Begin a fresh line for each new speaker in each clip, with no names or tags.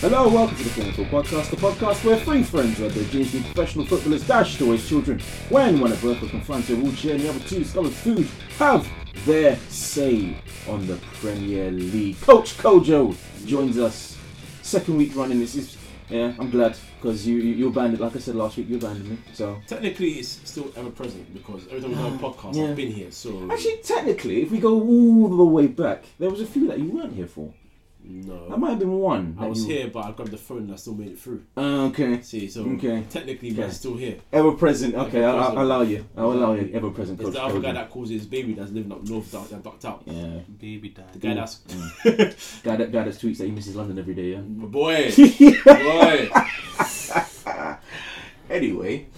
Hello and welcome to the Corner Talk Podcast, the podcast where three friends who are reduced in professional footballers dash towards children when one of both will confront a wheelchair and the other two scholars food have their say on the Premier League. Coach Kojo joins us. Second week running, this is, yeah, I'm glad because you, you, you abandoned, like I said last week, you abandoned me. So,
Technically, it's still ever present because every time we have a podcast,
Yeah.
I've been here. So
actually, technically, if we go all the way back, there was a few that you weren't here for. That
no,
might have been one.
I
that
was
you-
here, but I grabbed the phone and I still made it through.
Ah, okay.
See, so
Okay.
technically,
Okay.
we're still here.
Ever present. Okay, I'll, I'll
Ever-present.
allow you. I'll allow you. Ever present.
There's the other guy that calls his baby that's living up north that that ducked out.
Yeah.
Baby
The
dad.
guy that's
Guy that, guy that tweets that he misses London every day, yeah?
boy, boy.
Anyway,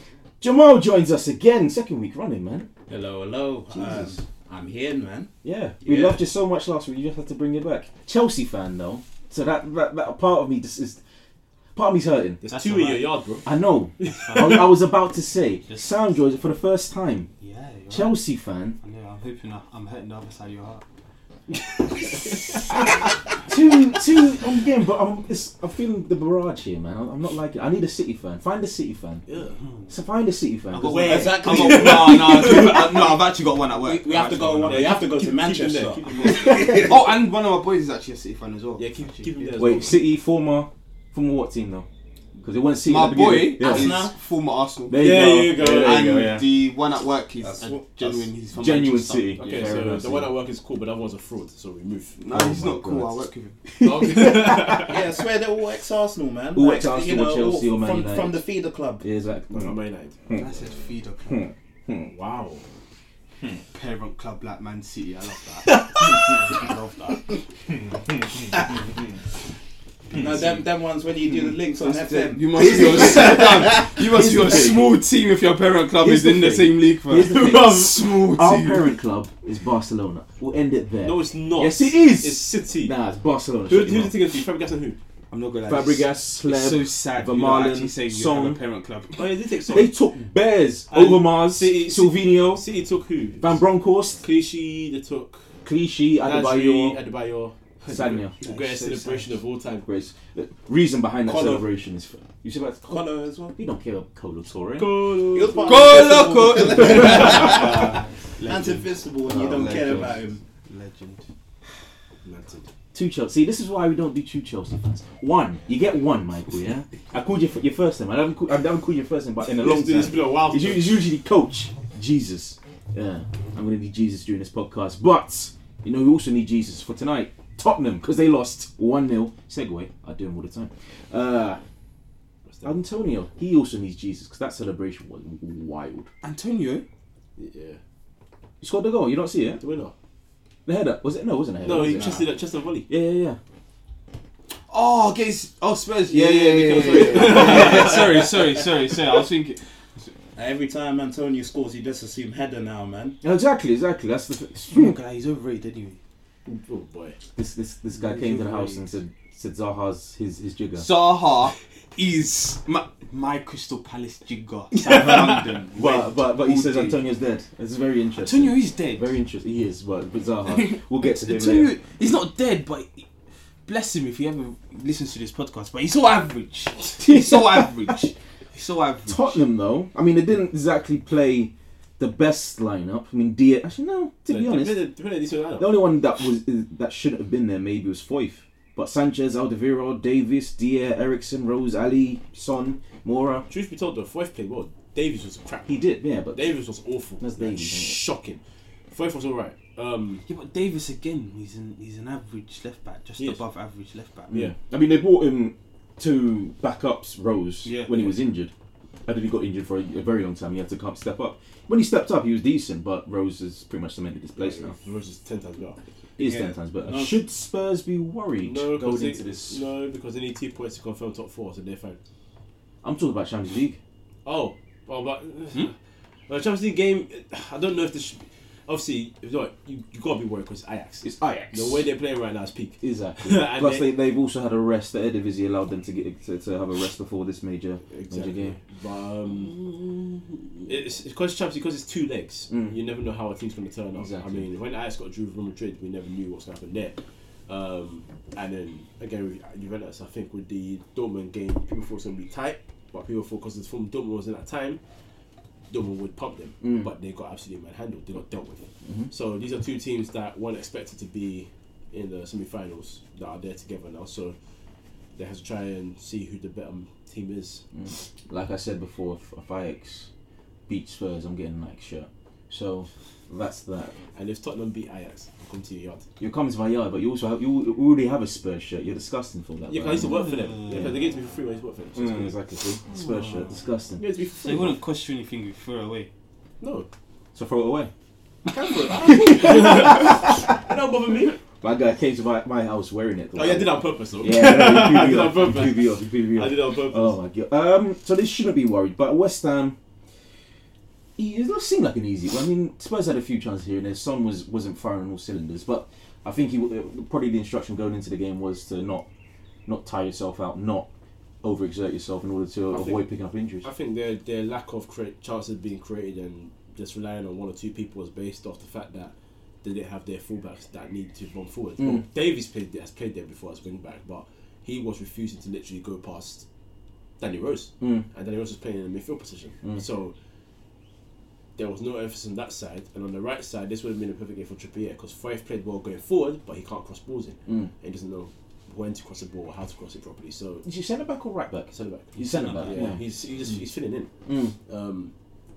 Jamal joins us again, second week running, man.
Hello, hello.
Jesus.
Um, I'm here, man.
Yeah. We
Yeah.
loved you so much last week, you just had to bring you back. Chelsea fan, though. So that, that, that part of me just is. Part of me's hurting.
There's
That's
two in
alright.
your yard, bro.
I know. I, was- I was about to say,
Just-
Sound joys for the first time.
Yeah, you're right.
Chelsea fan.
I know, I'm hoping I- I'm hurting the other side of your heart.
Two, two. I'm getting, but I'm, it's, I'm feeling the barrage here, man. I'm, I'm not liking it. I need a City fan. Find a City fan.
Yeah.
So find a City fan.
got Where?
Exactly. no, no, no, I've actually got one at work.
We have to go.
Yeah,
you have to go
keep-
to
keep him there,
Manchester.
keep him there.
Oh, and one of my boys is actually a City fan as well.
Yeah, keep
Actually,
keep him
yeah.
there. as well.
Wait, City former former what team though? Because it wasn't City. at
My
the
boy
beginning. Yeah.
is former Arsenal.
There you
There
go.
you go.
There
and
you go, yeah.
the one at work is
That's
a
what-
genuine.
that's
He's from
genuine
Manchester.
City.
Okay,
Yeah,
so
fair enough,
the one
yeah.
at work is cool, but the other one's a fraud, so remove.
No,
Oh
he's
my
not cool.
God.
I work with him.
Okay.
Yeah, I swear they're all ex-Arsenal, man.
All ex-Arsenal, Chelsea, or Man
from,
United.
from the feeder club.
Yeah, exactly.
I'm United.
I said feeder club,
Wow.
parent club, like Man City. I love that. I love that.
No, them, them ones when you do the links on
That's
FM.
it. You must be on You must be on
the thing.
small team if your parent club
Here's
is
the
in the
thing.
same league. fam.
Here's the thing.
Bruv, small
Our
team.
parent club is Barcelona. We'll end it there.
No, it's not.
Yes, it is.
It's City.
nah, it's Barcelona. Shut
Who,
your
who do you think it's you? Fabregas and who?
I'm not gonna
mouth.
lie. it's-
Fabregas, Slab,
It's so sad.
Vermaelen,
Vermaelen, actually saying you have
Son.
a parent club.
Oh, yeah, they take some.
They took Bears,
And
Overmars,
City-
Silvino,
City took who?
Van Bronckhorst,
Clichy, they took
Clichy,
Adebayo,
Adebayo,
Adebayo.
Sagna.
The greatest
so
celebration of all time.
Grace. The reason behind that
Colo.
celebration is you said about Colo.
Connor as well.
You don't care about Colo Torre.
He
Go
was part
Go
of Invincible.
loco.
Man's
legend.
invincible, and you
Oh,
don't care
legend.
about him.
legend.
Two Chelsea. See, this is why we don't do two Chelsea fans. One, you get one, Michael. Yeah, I called you for your first name. I haven't, called, I haven't called your first name, but in a long time,
It's been a while.
it's, u- it's usually Coach Jesus. Yeah, I'm gonna need Jesus during this podcast. But you know, we also need Jesus for tonight. Tottenham because they lost one 0 Segue. I do them all the time. Uh, Antonio, he also needs Jesus because that celebration was wild.
Antonio.
Yeah.
He scored the goal. You don't see it?
The winner.
The header was it? No, it wasn't a header.
No,
was
he
it? Ah.
chested that chested volley.
Yeah, yeah, yeah.
Oh, against oh Spurs.
Yeah, yeah, yeah,
because-
yeah,
sorry, sorry, sorry, sorry. I was thinking.
Every time Antonio scores, you just assume header now, man.
Exactly, exactly. That's the.
Oh
thing.
my God, he's overrated anyway.
Oh boy.
This this this guy came to the house and said said Zaha's his his jigger.
Zaha is my, my Crystal Palace jigger. South London.
but but but he
all
says
day.
Antonio's dead. It's very interesting.
Antonio is dead.
very interesting. He is, but, but Zaha. We'll get to him
Antonio,
later.
he's not dead, but he- bless him if he ever listens to this podcast. But he's so average. He's so average. He's so average.
Tottenham though, I mean, they didn't exactly play the best lineup. I mean, Dia. Actually, no. To be honest, the
honest.
only one that was is- that shouldn't have been there maybe was Foyth. But Sanchez, Aldeviro, Davis, Dia, Ericsson, Rose, Ali, Son, Mora.
Truth be told, though, Foyth played well. Davies was crap.
He did, yeah. But
Davies was awful.
That's
Like,
Davies, isn't it?
Shocking. Foyth was alright. Um,
Yeah, but Davis again, he's an he's an average left back, just
Yes.
above average left back.
yeah.
I mean, they brought him to back up Rose
Yeah.
when he was injured. I think he got injured for a, a very long time. He had to come step up. When he stepped up, he was decent, but Rose has pretty much cemented his place now.
Versus ten times better.
He is
Yeah.
ten times better.
No.
Should Spurs be worried
No, because
going
they,
into this?
no, because they need two points to confirm top four, so they're fine.
I'm talking about Champions League.
Oh, well, but the Champions League game, I don't know if this should be. Obviously, if not, you, you gotta be worried because Ajax.
It's Ajax.
the way they're playing right now is peak.
Exactly.
And
Plus, they,
they-
they've also had a rest. The Eredivisie allowed them to get to, to have a rest before this major major game.
But um, it's because Champions because it's two legs. You never know how a team's going to turn up.
Mm. Exactly.
I mean, when Ajax got drew from Madrid, we never knew what's going to happen there. Um, and then again, with Juventus, I think with the Dortmund game, people thought it was going to be tight, but people thought because the form Dortmund was in that time, Dortmund would pump them,
Mm.
but they got absolutely manhandled. They got dealt with.
Mm-hmm.
So these are two teams that weren't expected to be in the semi-finals that are there together now. So they have to try and see who the better team is.
Like I said before, if, if Ajax beat Spurs, I'm getting an Ajax shirt. So that's that.
And if Tottenham beat Ajax, I'll come to your yard.
You come to my yard, but you also have, you already have a Spurs shirt. You're disgusting for that.
Yeah, 'cause I used to work for them.
Mm.
Yeah, 'cause they gave it to me for free when I used to work for them. So it's
Mm,
cool.
exactly. see? Spurs shirt,
They
disgusting.
gave it to me for
So
free.
it wouldn't cost you anything if you throw it away.
No,
So throw it away.
it don't bother me.
My guy came to my, my house wearing it.
Oh yeah, I did it on purpose though.
Yeah, no,
I
you
did it on
peed me off, you
purpose.
peed me off, you peed me
I
off.
did it on purpose.
Oh my god. Um, so they shouldn't be worried, but West Ham. It does not seem like an easy. I mean, Spurs had a few chances here and there. Son was wasn't firing all cylinders, but I think he w- probably the instruction going into the game was to not not tire yourself out, not overexert yourself in order to
I think-
avoid picking up injuries.
I think their their lack of create, chances being created and just relying on one or two people was based off the fact that they didn't have their fullbacks that needed to run forward. Well, Davies played has played there before as wing back, but he was refusing to literally go past Danny Rose, and Danny Rose was playing in the midfield position. So there was no emphasis on that side, and on the right side, this would have been a perfect game for Trippier because Fife played well going forward, but he can't cross balls in. and He doesn't know when to cross the ball or how to cross it properly. So
Is he centre back or right back?
centre back.
He's centre back.
Yeah,
Yeah.
he's he's, just, he's filling in. Um,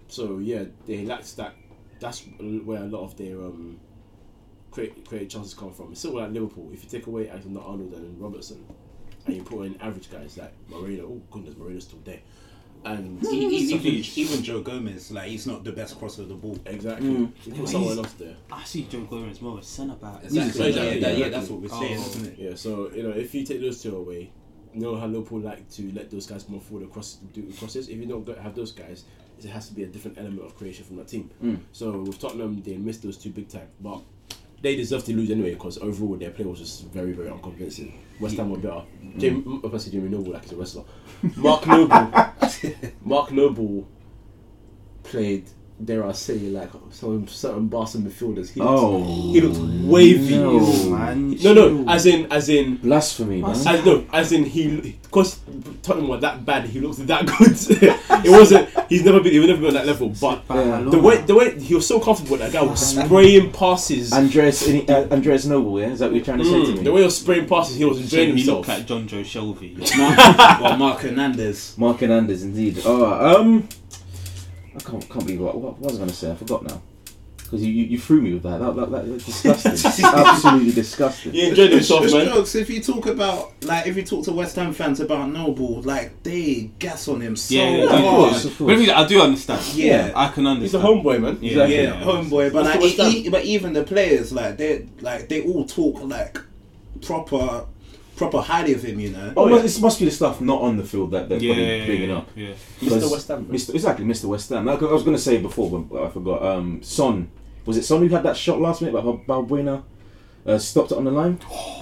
so yeah, they lacked that. That's where a lot of their um, create creative chances come from. It's sort of like Liverpool. If you take away Alexander Arnold and Robertson, and you put in average guys like Moreno, oh goodness, Moreno's still there, and
E- e- even,
Savage.
even Joe Gomez, like he's not the best crosser of the ball.
exactly, you put someone else there.
I see Joe Gomez more as centre back.
Exactly.
Yeah, yeah,
Yeah.
yeah, that's what we're saying,
Oh.
isn't it?
Yeah, so you know if you take those two away, you know how Liverpool like to let those guys move forward across do crosses. If you don't go- have those guys, it has to be a different element of creation from that team.
Hmm.
So with Tottenham, they missed those two big time, but they deserve to lose anyway because overall their play was just very very unconvincing. West Ham were better.
Hmm.
Jamie, mm. I said Jamie Noble like he's a wrestler. Mark Noble, Mark Noble played. Dare I say, like some certain Barca midfielders, he looked,
Oh,
he looked wavy.
no.
Man,
Oh. No,
chill.
no, as in, as in,
blasphemy, man.
as no, as in he, because Tottenham were that bad, he looked that good. it wasn't. He's never been. He would never be on that level. But
Yeah.
the way, the way he was so comfortable, that guy was spraying passes.
Andreas, uh, Andreas Noble, yeah, is that what you're trying to say to me?
Mm, the way he was spraying passes, he was enjoying
he
himself.
looked like John Joe Shelby.
Mark, well, Mark Hernandez.
Mark Hernandez, indeed. Oh, um, I can't, can't believe what, what, what I was going to say. I forgot now. Because you, you, you threw me with that. That, that, that was disgusting. Absolutely disgusting.
He enjoyed himself,
It's
man.
jokes. If you talk about like if you talk to West Ham fans about Noble, like they gas on him so
Yeah, yeah,
hard.
of
course, of course.
But I mean, I do understand.
Yeah.
I can understand.
He's a homeboy, man.
Yeah.
Exactly.
Yeah, homeboy. But
That's
like,
the West Ham.
e- e- but even the players, like they like they all talk like proper, proper highly of him. You know.
Oh, well, this must be the stuff not on the field that they're
Yeah,
probably
yeah,
bigging
yeah,
up.
yeah.
Because
Mr. West Ham, man.
Mr. Exactly, Mr. West Ham. Like I was going to say before, but I forgot. Um, Son. Was it Son who had that shot last minute by Bal- Balbuena? Uh, stopped it on the line?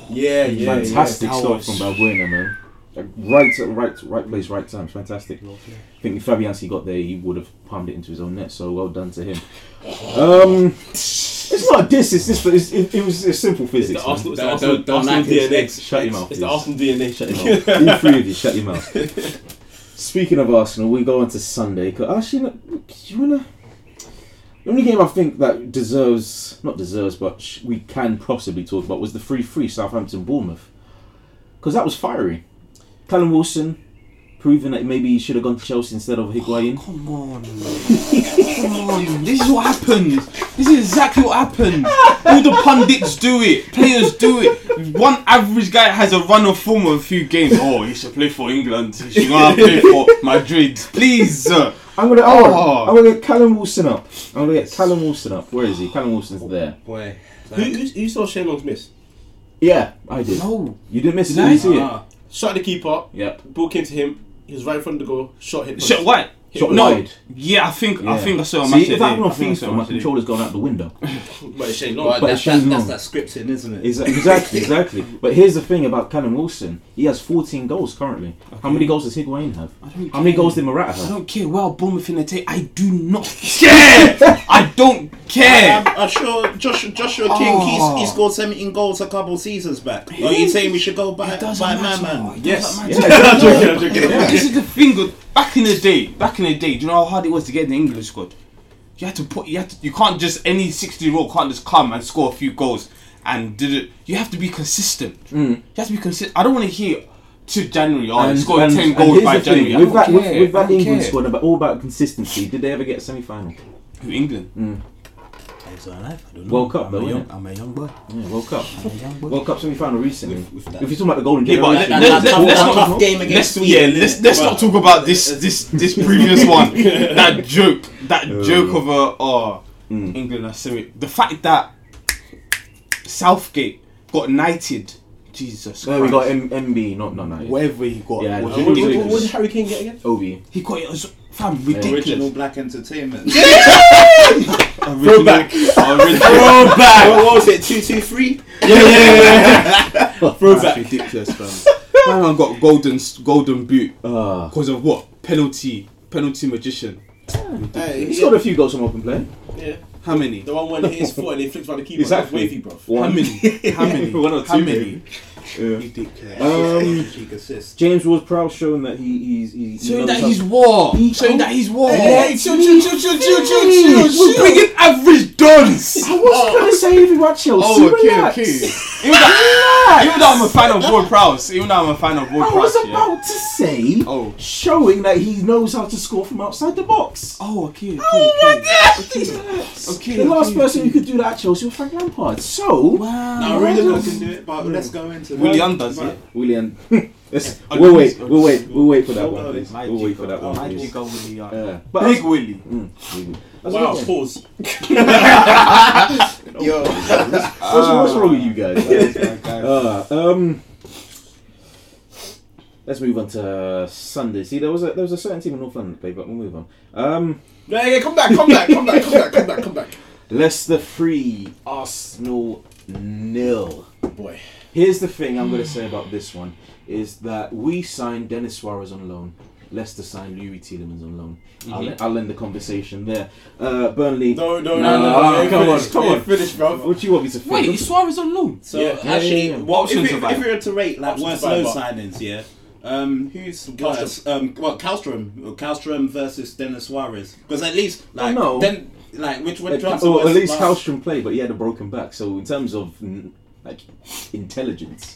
Yeah, yeah,
Fantastic
yeah.
stop from Balbuena, man. Like, Right, right, right place, right time. It's fantastic. I think if Fabianski got there, he would have palmed it into his own net. So well done to him. Um, it's not a diss. It's just it's, it, it was it's simple
Yeah.
physics.
The Arsenal, it's the
Don't-
Arsenal,
don't- don't
Arsenal
like his
DNA.
Shut your mouth,
It's the
please.
Arsenal DNA.
man. Shut your mouth. All three of you, shut your mouth. Speaking of Arsenal, we go on to Sunday. 'Cause Actually, no, you wanna. The only game I think that deserves, not deserves, but sh- we can possibly talk about was the 3 3 Southampton Bournemouth. Because that was fiery. Callum Wilson proving that maybe he should have gone to Chelsea instead of Higuain.
Come on. Come on. This is what happens. This is exactly what happens. All the pundits do it. Players do it. One average guy has a run of form of a few games. Oh, he should play for England. He should not play for Madrid. Please. sir.
I'm gonna,
Oh.
I'm gonna get Callum Wilson up. I'm gonna get Callum Wilson up. Where is he? Callum Wilson's there.
Boy,
Who, who, who saw Shane Long's miss?
Yeah, I did.
No.
You didn't miss it.
Did
Did
I?
you see it?
ah,
Shot the keeper.
Yep.
Ball came to him. He was right in front of the goal. Shot hit.
Shit, why?
Shot
no,
wide.
yeah, I think I
Yeah.
think I saw a match.
See,
that
if I
day.
don't
I think I
think
saw
so,
a
my
match that day.
controller's gone out the window.
But it's Shane Long.
But
But
that's,
Shane's
that's,
not.
that's that scripting, isn't it?
Exactly, exactly, exactly. But here's the thing about Callum Wilson. He has 14 goals currently. How many goals does Higuain have?
don't
How many
care.
goals did Morata
I
have?
don't care. Well, Bournemouth in the take. I do not care. I don't care.
I'm, I'm sure Joshua, Joshua King, he's, he scored 17 goals a couple seasons back. Are you saying we should go by,
It doesn't
by my
matter.
man?
It
Yes.
doesn't
Yeah.
matter.
I'm joking, I'm joking.
This is the thing. good- Back in the day, back in the day, do you know how hard it was to get in the English squad? You had to put. You had to, You can't just any sixty-year-old can't just come and score a few goals and did it. You have to be consistent. You have to be consistent. I don't want to hear to January. Oh,
Mm. And-
scoring
and-
ten
and
goals
here's
by
the thing,
January. I
With
don't
that,
care.
with, with
I
that
don't
England
care.
squad, about all about consistency, did they ever get a semi final?
Who, England.
World Cup, though, innit?
I'm a young boy.
Yeah, World Cup. World Cup semi final recently.
With- with that.
if you're talking about the golden
Yeah, but
generation,
let-
And
let-
that
let-
tough,
let's
that
not-
tough game against
Let's, yeah,
Sweden.
let's
innit?
let's
Bruh.
not talk about this this this previous one. That joke, that joke of a oh, England are semi. The fact that Southgate got knighted, Jesus
there we
Christ.
got M- MB, not not Knight.
Whatever he got,
Yeah,
was
the
What, what,
Ridiculous.
what did Harry Kane get again?
OB.
he got it. as- Fam,
Original
ridiculous.
black entertainment.
Throwback.
what was it? Two two three.
Throwback. Ridiculous, fam. Man, I got golden golden boot
Uh,
because of what penalty penalty magician.
he
Hey, yeah,
scored a few goals from open play.
yeah.
How many?
The one when his foot and he flips by the keyboard.
Exactly.
Wavy, bro.
How
One.
many? How many?
One or
How
two,
many?
Yeah.
Ridiculous.
Um,
Cheek assist.
James Ward Prowse showing that he, he's, he, he
Showing
knows
that
how-
he's war.
He-
Showing that he's war.
Hey,
chill, chill, chill, chill, chill, chill,
Please,
We're bringing average dons.
I was trying to say everything about Chelsea.
Oh, okay,
relax.
okay. Even though, even though I'm a fan of Ward Prowse, even though I'm a fan of Ward
I was
Prowse, yeah.
about to say,
Oh.
showing that he knows how to score from outside the box.
Oh, okay, okay. okay. Okay,
the last
okay,
person
okay.
who could do that at Chelsea was Frank Lampard. So,
Wow.
Now Rudiger can do it, but let's go into
Willian does it.
William, let's,
I-
we'll wait, we'll wait, we'll wait for that
Hold
one,
on,
please.
My
We'll wait
G-
for that
my
one,
G-
please.
Willy, yeah.
Yeah. But
uh, Big Willy.
that's
Wow,
okay.
pause.
Yo,
What's, what's
Oh.
wrong with you guys? man?
Uh,
Uh, um, let's move on to Sunday. See, there was a there was a certain team in North London that played, but we'll move on. Um,
Yeah, yeah, come back, come back, come back, come back, come back, come back.
Leicester three, Arsenal nil.
Boy.
Here's the thing I'm going to say about this one is that we signed Dennis Suarez on loan. Leicester signed Louis Tielemans on loan. I'll, I'll end the conversation there. Uh, Burnley.
Mm-hmm. No, no, no,
Nah,
no, no,
come
no.
on, come on.
Finish, bro.
What do you want me to think?
Wait, is Suarez on loan?
So
Yeah.
Yeah,
actually,
yeah, yeah.
What, if,
Options
we-
about
if we were to rate like
Options
worst
about
low
what?
signings, yeah. Um, who's worse? Um, well, Kalstrom. Kalstrom versus Dennis Suarez. Because at least like
Oh, no.
then like which one?
Uh,
Johnson
or
was
at least
last-
Kalstrom played, but he had a broken back. So in terms of mm, like intelligence,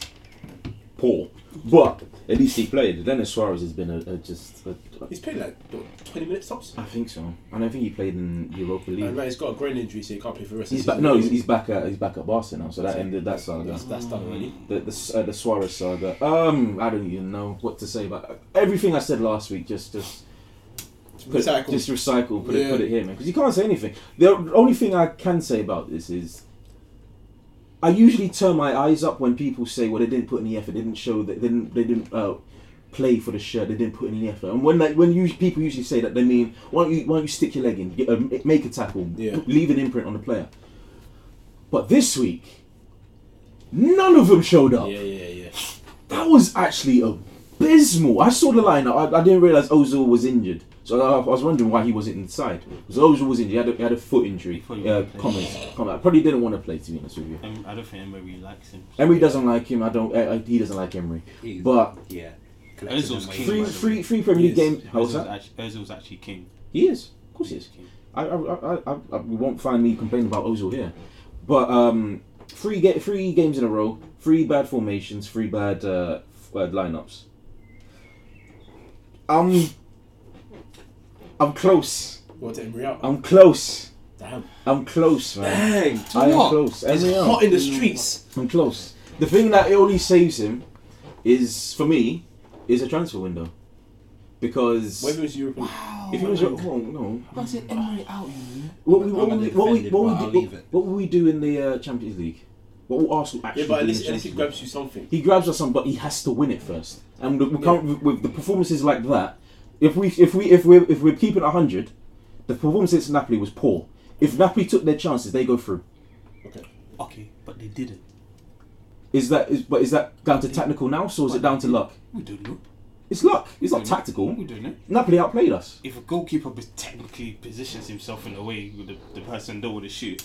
poor. But at least he played. Dennis Suarez has been a, a just. A,
He's played like what, 20 minutes tops.
I think so. And I don't think he played in Europa League.
Uh,
And man, he's got a groin injury, so he can't play for the rest
He's
of the
back. No, he's, he's back. At, he's back at Barca now. So that ended that saga.
That's, that's done already.
the the, uh, the Suarez saga. Um, I don't even know what to say about everything I said last week. Just just put
Recycle.
It, just recycle. Put it
Yeah.
put it here, man. Because you can't say anything. The only thing I can say about this is. I usually turn my eyes up when people say, "Well, they didn't put any effort. They didn't show that. They didn't. They didn't uh, play for the shirt. They didn't put any effort." And when like, when you, people usually say that, they mean, "Why don't you why don't you stick your leg in, get, uh, make a tackle,
Yeah.
leave an imprint on the player?" But this week, none of them showed up.
Yeah, yeah, yeah.
That was actually abysmal. I saw the lineup. I, I didn't realize Ozil was injured, so I, I was wondering why he wasn't inside. Because Ozil was injured. He had a, he had a foot injury.
Probably
Uh,
wouldn't play.
comments. Comment. Probably didn't want to play. To be honest with you,
Um, I don't think anybody likes him.
Emery doesn't like him. I don't. I, I- he doesn't like Emery.
He's-
But
yeah.
Ozil's king.
three,
by the
three,
way.
three Premier League
He is.
games. How's
Ozil's
that?
actu- Ozil's actually king.
He is. Of course he is.
king.
I, I, I, I, I you won't find me complaining about Ozil here, but um, three get three games in a row, three bad formations, three bad uh, f- uh, lineups. I'm, I'm close.
What, Emery out?
I'm close.
Damn.
I'm close, man.
Dang.
I am
what?
close.
Eh, It's
Every
hot in the streets.
I'm close. The thing that only saves him is for me is a transfer window, because
Whether it's European.
if he was oh, no,
I said Emery out, you know.
What we what
I'm
we what we what
offended, but
we
I'll
do,
leave
what,
it.
what will we do in the uh, Champions League? What will Arsenal actually
Yeah, but
do
at
in
least,
the
at
Champions
least he
League?
grabs you something.
He grabs us some, but he has to win it first. And the, we can't, with, with the performances like that, If we if we if we're if we're keeping hundred, the performance against Napoli was poor. If Napoli took their chances, they go through.
Okay, but they didn't.
Is that is but is that down to technical now, or is it down to luck?
We don't know.
It's luck. It's not
Don't know.
tactical.
We don't know.
Napoli outplayed us.
If a goalkeeper pos- technically positions himself in a way with the, the person that would shoot,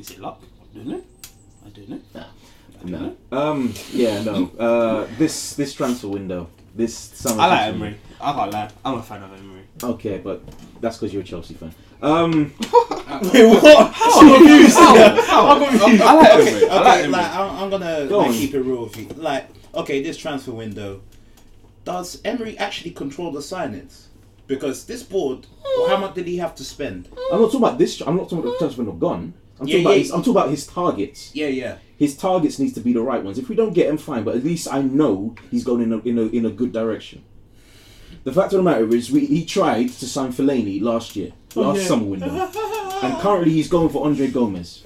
is it luck? I don't know. I don't know. I don't know.
Um. Yeah. No. Uh. This this transfer window. This summer.
I like
transfer
Emery. I can't lie. I'm a fan of Emery.
window. Okay, but that's because you're a Chelsea fan. Um.
Wait, what?
I like Emery.
Okay,
I like Emery.
like I'm, I'm gonna
Go
like,
on.
keep it real with you. Like, okay, this transfer window, does Emery actually control the signings? Because this board, how much did he have to spend?
I'm not talking about this. I'm not talking about the transfer window gone. I'm talking
Yeah,
about
yeah.
his, I'm talking about his targets.
Yeah, yeah.
His targets needs to be the right ones. If we don't get him, fine. But at least I know he's going in a in a, in a good direction. The fact of the matter is, we, he tried to sign Fellaini last year,
Oh,
last summer window, and currently he's going for Andre Gomez.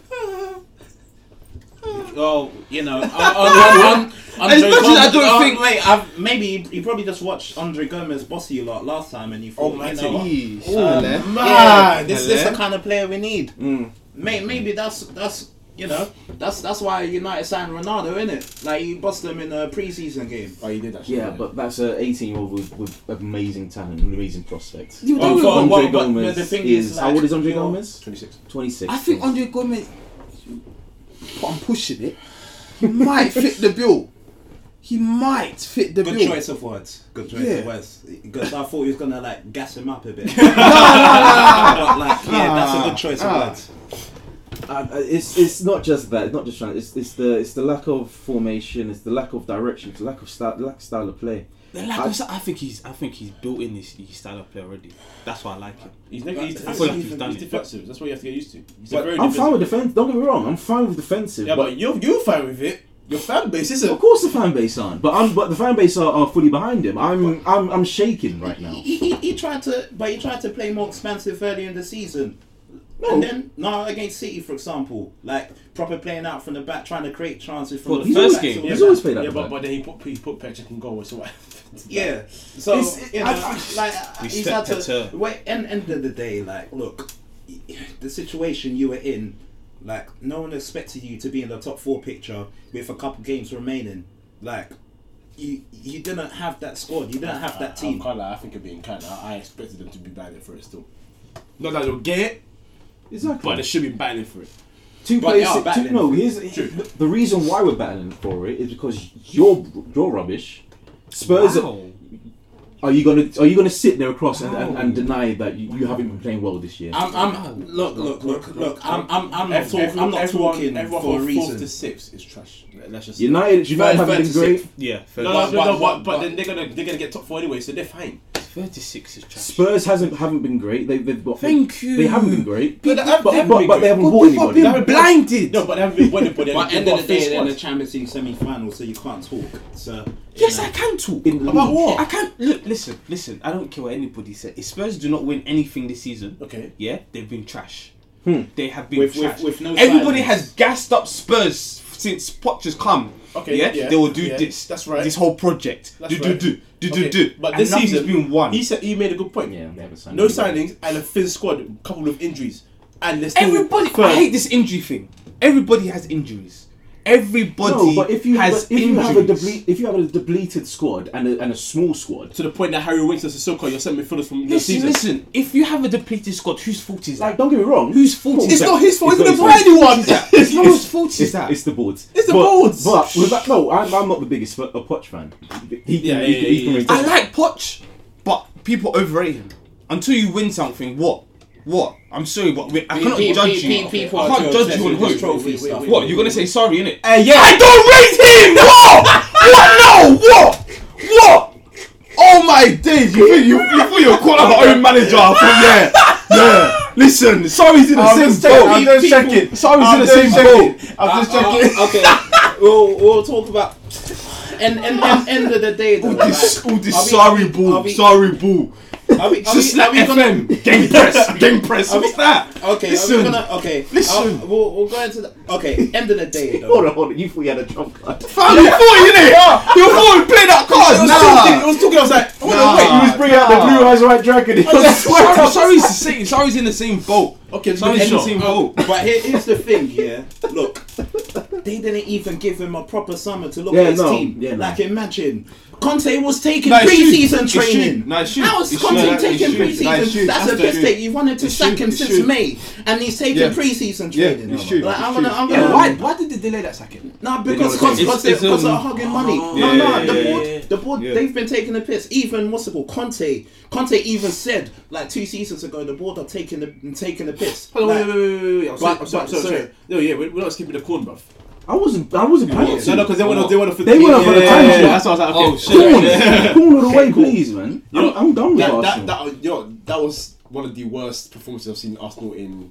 Oh, you know, I, I, I'm- I'm- Andre
much as I
Gomez-
don't
oh,
think-
Wait, I've, maybe he probably just watched Andre Gomez bossy a lot last time, and he thought, you know, what?
Ooh,
man, Ah, this, this is the kind of player we need.
Mm.
May, maybe that's that's you know that's that's why United signed Ronaldo, in it? Like he bust them in a preseason game.
Oh, you did actually.
Yeah, but that's an 18 year old with, with amazing talent and amazing prospects.
You
Oh,
don't
for-
know.
Andre
what- but
Gomez
the thing
is,
is,
how
like,
old is Andre
you're-
Gomez?
26.
26.
I think Andre Gomez, but I'm pushing it. He might fit the bill. He might fit the
Good
bill.
choice of words. Good choice
Yeah.
of words. Because I thought he was gonna like gas him up a bit. no, no, no, but like, yeah, that's a good choice
Ah.
of words.
Uh, it's it's not just that. It's not just trying. It's it's the it's the lack of formation. It's the lack of direction. It's the lack of style. Lack of style of play.
The lack of, I think he's. I think he's built in his, his style of play already. That's why I like him.
He's, neg- he's,
I
he's,
feel like
he's,
he's done it.
defensive. That's what you have to get used to. He's a
But
very
I'm
defensive-
fine with defense. Don't get me wrong. I'm fine with defensive.
Yeah,
but,
but you're, you're fine with it. Your fan base
of
isn't.
course the fan base aren't. But I'm but the fan base are, are fully behind him. I'm I'm I'm shaking right now.
He, he, he tried to, but he tried to play more expansive early in the season.
Oh.
And then no against City, for example, like proper playing out from the back, trying to create chances from
Well,
the
he's
full
always-
back to the
he's
back.
always played that.
Yeah, but, but then he put he put Petrick in goal. So what?
Yeah. So
It's-
you know,
I- I-
like
We
he's had
stepped
to
it up.
wait. And end of the day, like look, the situation you were in, like no one expected you to be in the top four picture with a couple games remaining. Like you, you didn't have that squad. You didn't have that
I
team.
can't lie. I think of being kind. I, I expected them to be battling for it still. Not that they'll get it,
exactly.
but they should be battling for it.
two
but they
players.
are
Two,
battling
no,
for
here's
True.
the reason why we're battling for it is because you're you're rubbish. Spurs. Are,
Wow.
are you gonna are you gonna sit there across and, and, and deny that you, you haven't been playing well this year?
Ah.
I'm, I'm look, look, look, look. I'm, I'm, I'm not
Every-
talking. I'm not
everyone,
talking
everyone
for a
from Fourth to
reason.
sixth is trash. Let's just.
United United
Third-
haven't
third
been
to
great.
sixth.
Yeah, thirty-
No, no,
But-
no, no,
but-
but, but
but-
then they're gonna they're gonna get top four anyway, so they're fine.
thirty-six is trash.
Spurs hasn't haven't been great. They, they've got
Thank you.
They haven't been great.
But
But
they
but,
haven't
but,
been
but
great.
they haven't
But
bought
people have
anybody.
been blinded.
No, but they haven't been winning. But, they've-
But
they've
end of
got
the
a fit
day, they're in the
squad.
Champions League semi-final, so you can't talk. So
Yes, I can talk.
In the
About
league.
what? I can't. Look, listen, listen. I don't care what anybody said. If Spurs do not win anything this season,
Okay. Hmm.
yeah, they've been trash. They have been
With- with-
trash.
with no
Everybody
signings.
has gassed up Spurs since Poch has come.
Okay,
yeah,
yeah,
they will do
yeah,
this.
that's right.
This whole project.
That's
do,
right.
do do do
Okay,
do do.
But
And
this
nothing's
season,
been won.
He said he made a good point.
Yeah, they haven't signed
no
anybody.
signings and a thin squad, couple of injuries, and they're still
Everybody,
third.
I hate this injury thing. Everybody has injuries.
No,
Everybody
but if you
has
but if you
injuries.
have a deble- if you have a depleted squad and a, and a small squad,
to the point that Harry Winks and Sissoko, your centre midfielders from the
listen,
season.
listen. If you have a depleted squad, whose fault is
like
that?
don't get me wrong,
Whose fault is
It's
that?
not his fault. He's
It's
gonna
not
buy
his
anyone.
It's not his fault. Is
It's,
that?
it's the boards.
It's the
but,
boards.
But with that, no, I'm, I'm not the biggest Sp- a Poch fan. He can,
Yeah,
he
yeah,
can, he
yeah,
can
yeah.
I like Poch, but people overrate him. Until you win something, what? What? I'm sorry, but we, I cannot
pe-
judge
pe-
you.
pe- people
I
are
can't
too
judge you
obsessed
on
with
who.
this trophy stuff.
What? You're gonna say sorry, innit?
Uh, yeah.
I don't rate him. What? What? No. What? What? Oh my days! You think you, you thought you were calling our own manager from there? Yeah. Listen, sorry's in the
I'm
same
just
boat.
checking. I'm just checking.
Sorry's in
I'm
the
just
same
checking.
boat.
I'm
Uh,
just checking.
okay, we'll we'll talk about. And and and end of the day, though,
All this,
like,
all this
are we-
sorry
are we-
ball,
are we-
sorry ball.
Are we, are
Just
we, are
like
we gonna?
FM, gang press, gang press. What's that?
Okay, are
Listen.
we gonna? Okay,
Listen.
I'll- we'll we'll go into the. Okay, end of the day
play. Hold
though.
on, hold on. You thought you had a trump card.
Fam, you thought you did it. You thought you played that card.
I was talking. I was talking. I was like,
Nah.
Ah,
Wait, you was bringing out The blue eyes white dragon. He got swept
Sorry,
up.
sorry's the same. Sorry's in the same boat.
Okay, so
Sorry's in the
shot.
same boat.
But here is the thing, yeah. Look, they didn't even give him a proper summer to look
Yeah,
at his
no,
team.
yeah, no.
Like, imagine. Conte was taking
No, it's
pre-season
shoot. It's
training.
shoot. No, it's shoot.
How is
It's
Conte
shoot. No, it's
taking
shoot. No, it's
pre-season?
shoot.
That's,
That's
the
the
best
shoot.
thing. You wanted to
It's
sack
shoot.
him
It's
since
shoot.
May, and he's taking
Yeah.
pre-season
Yeah,
training.
it's true.
Like,
it's
I'm gonna,
true.
I'm
Yeah,
gonna.
why, why did they delay that second?
No,
They
because
don't
cause,
want
cause
to-
they,
It's- it's,
cause they're
um,
hugging money.
yeah,
no, no, the
yeah,
board,
yeah, yeah.
the board,
Yeah.
they've been taking the piss. Even what's it called, Conte, Conte even said like two seasons ago, the board are taking the taking the piss.
Hold on, wait,
Like,
wait, wait, wait, wait. I'm sorry,
But-
I'm sorry, I'm
but-
sorry,
sorry.
sorry. No, yeah, we're, we're not skipping the corn, bruv.
I wasn't. I wasn't
No,
panicking.
no, because they want to, they want to.
They went off on a tangent.
That's what I was like. Okay.
Oh, shit.
Corn,
Yeah.
corn all the way,
cool.
please, man.
You know,
I'm, I'm done with
that,
Arsenal.
that, that, yo, that was one of the worst performances I've seen Arsenal in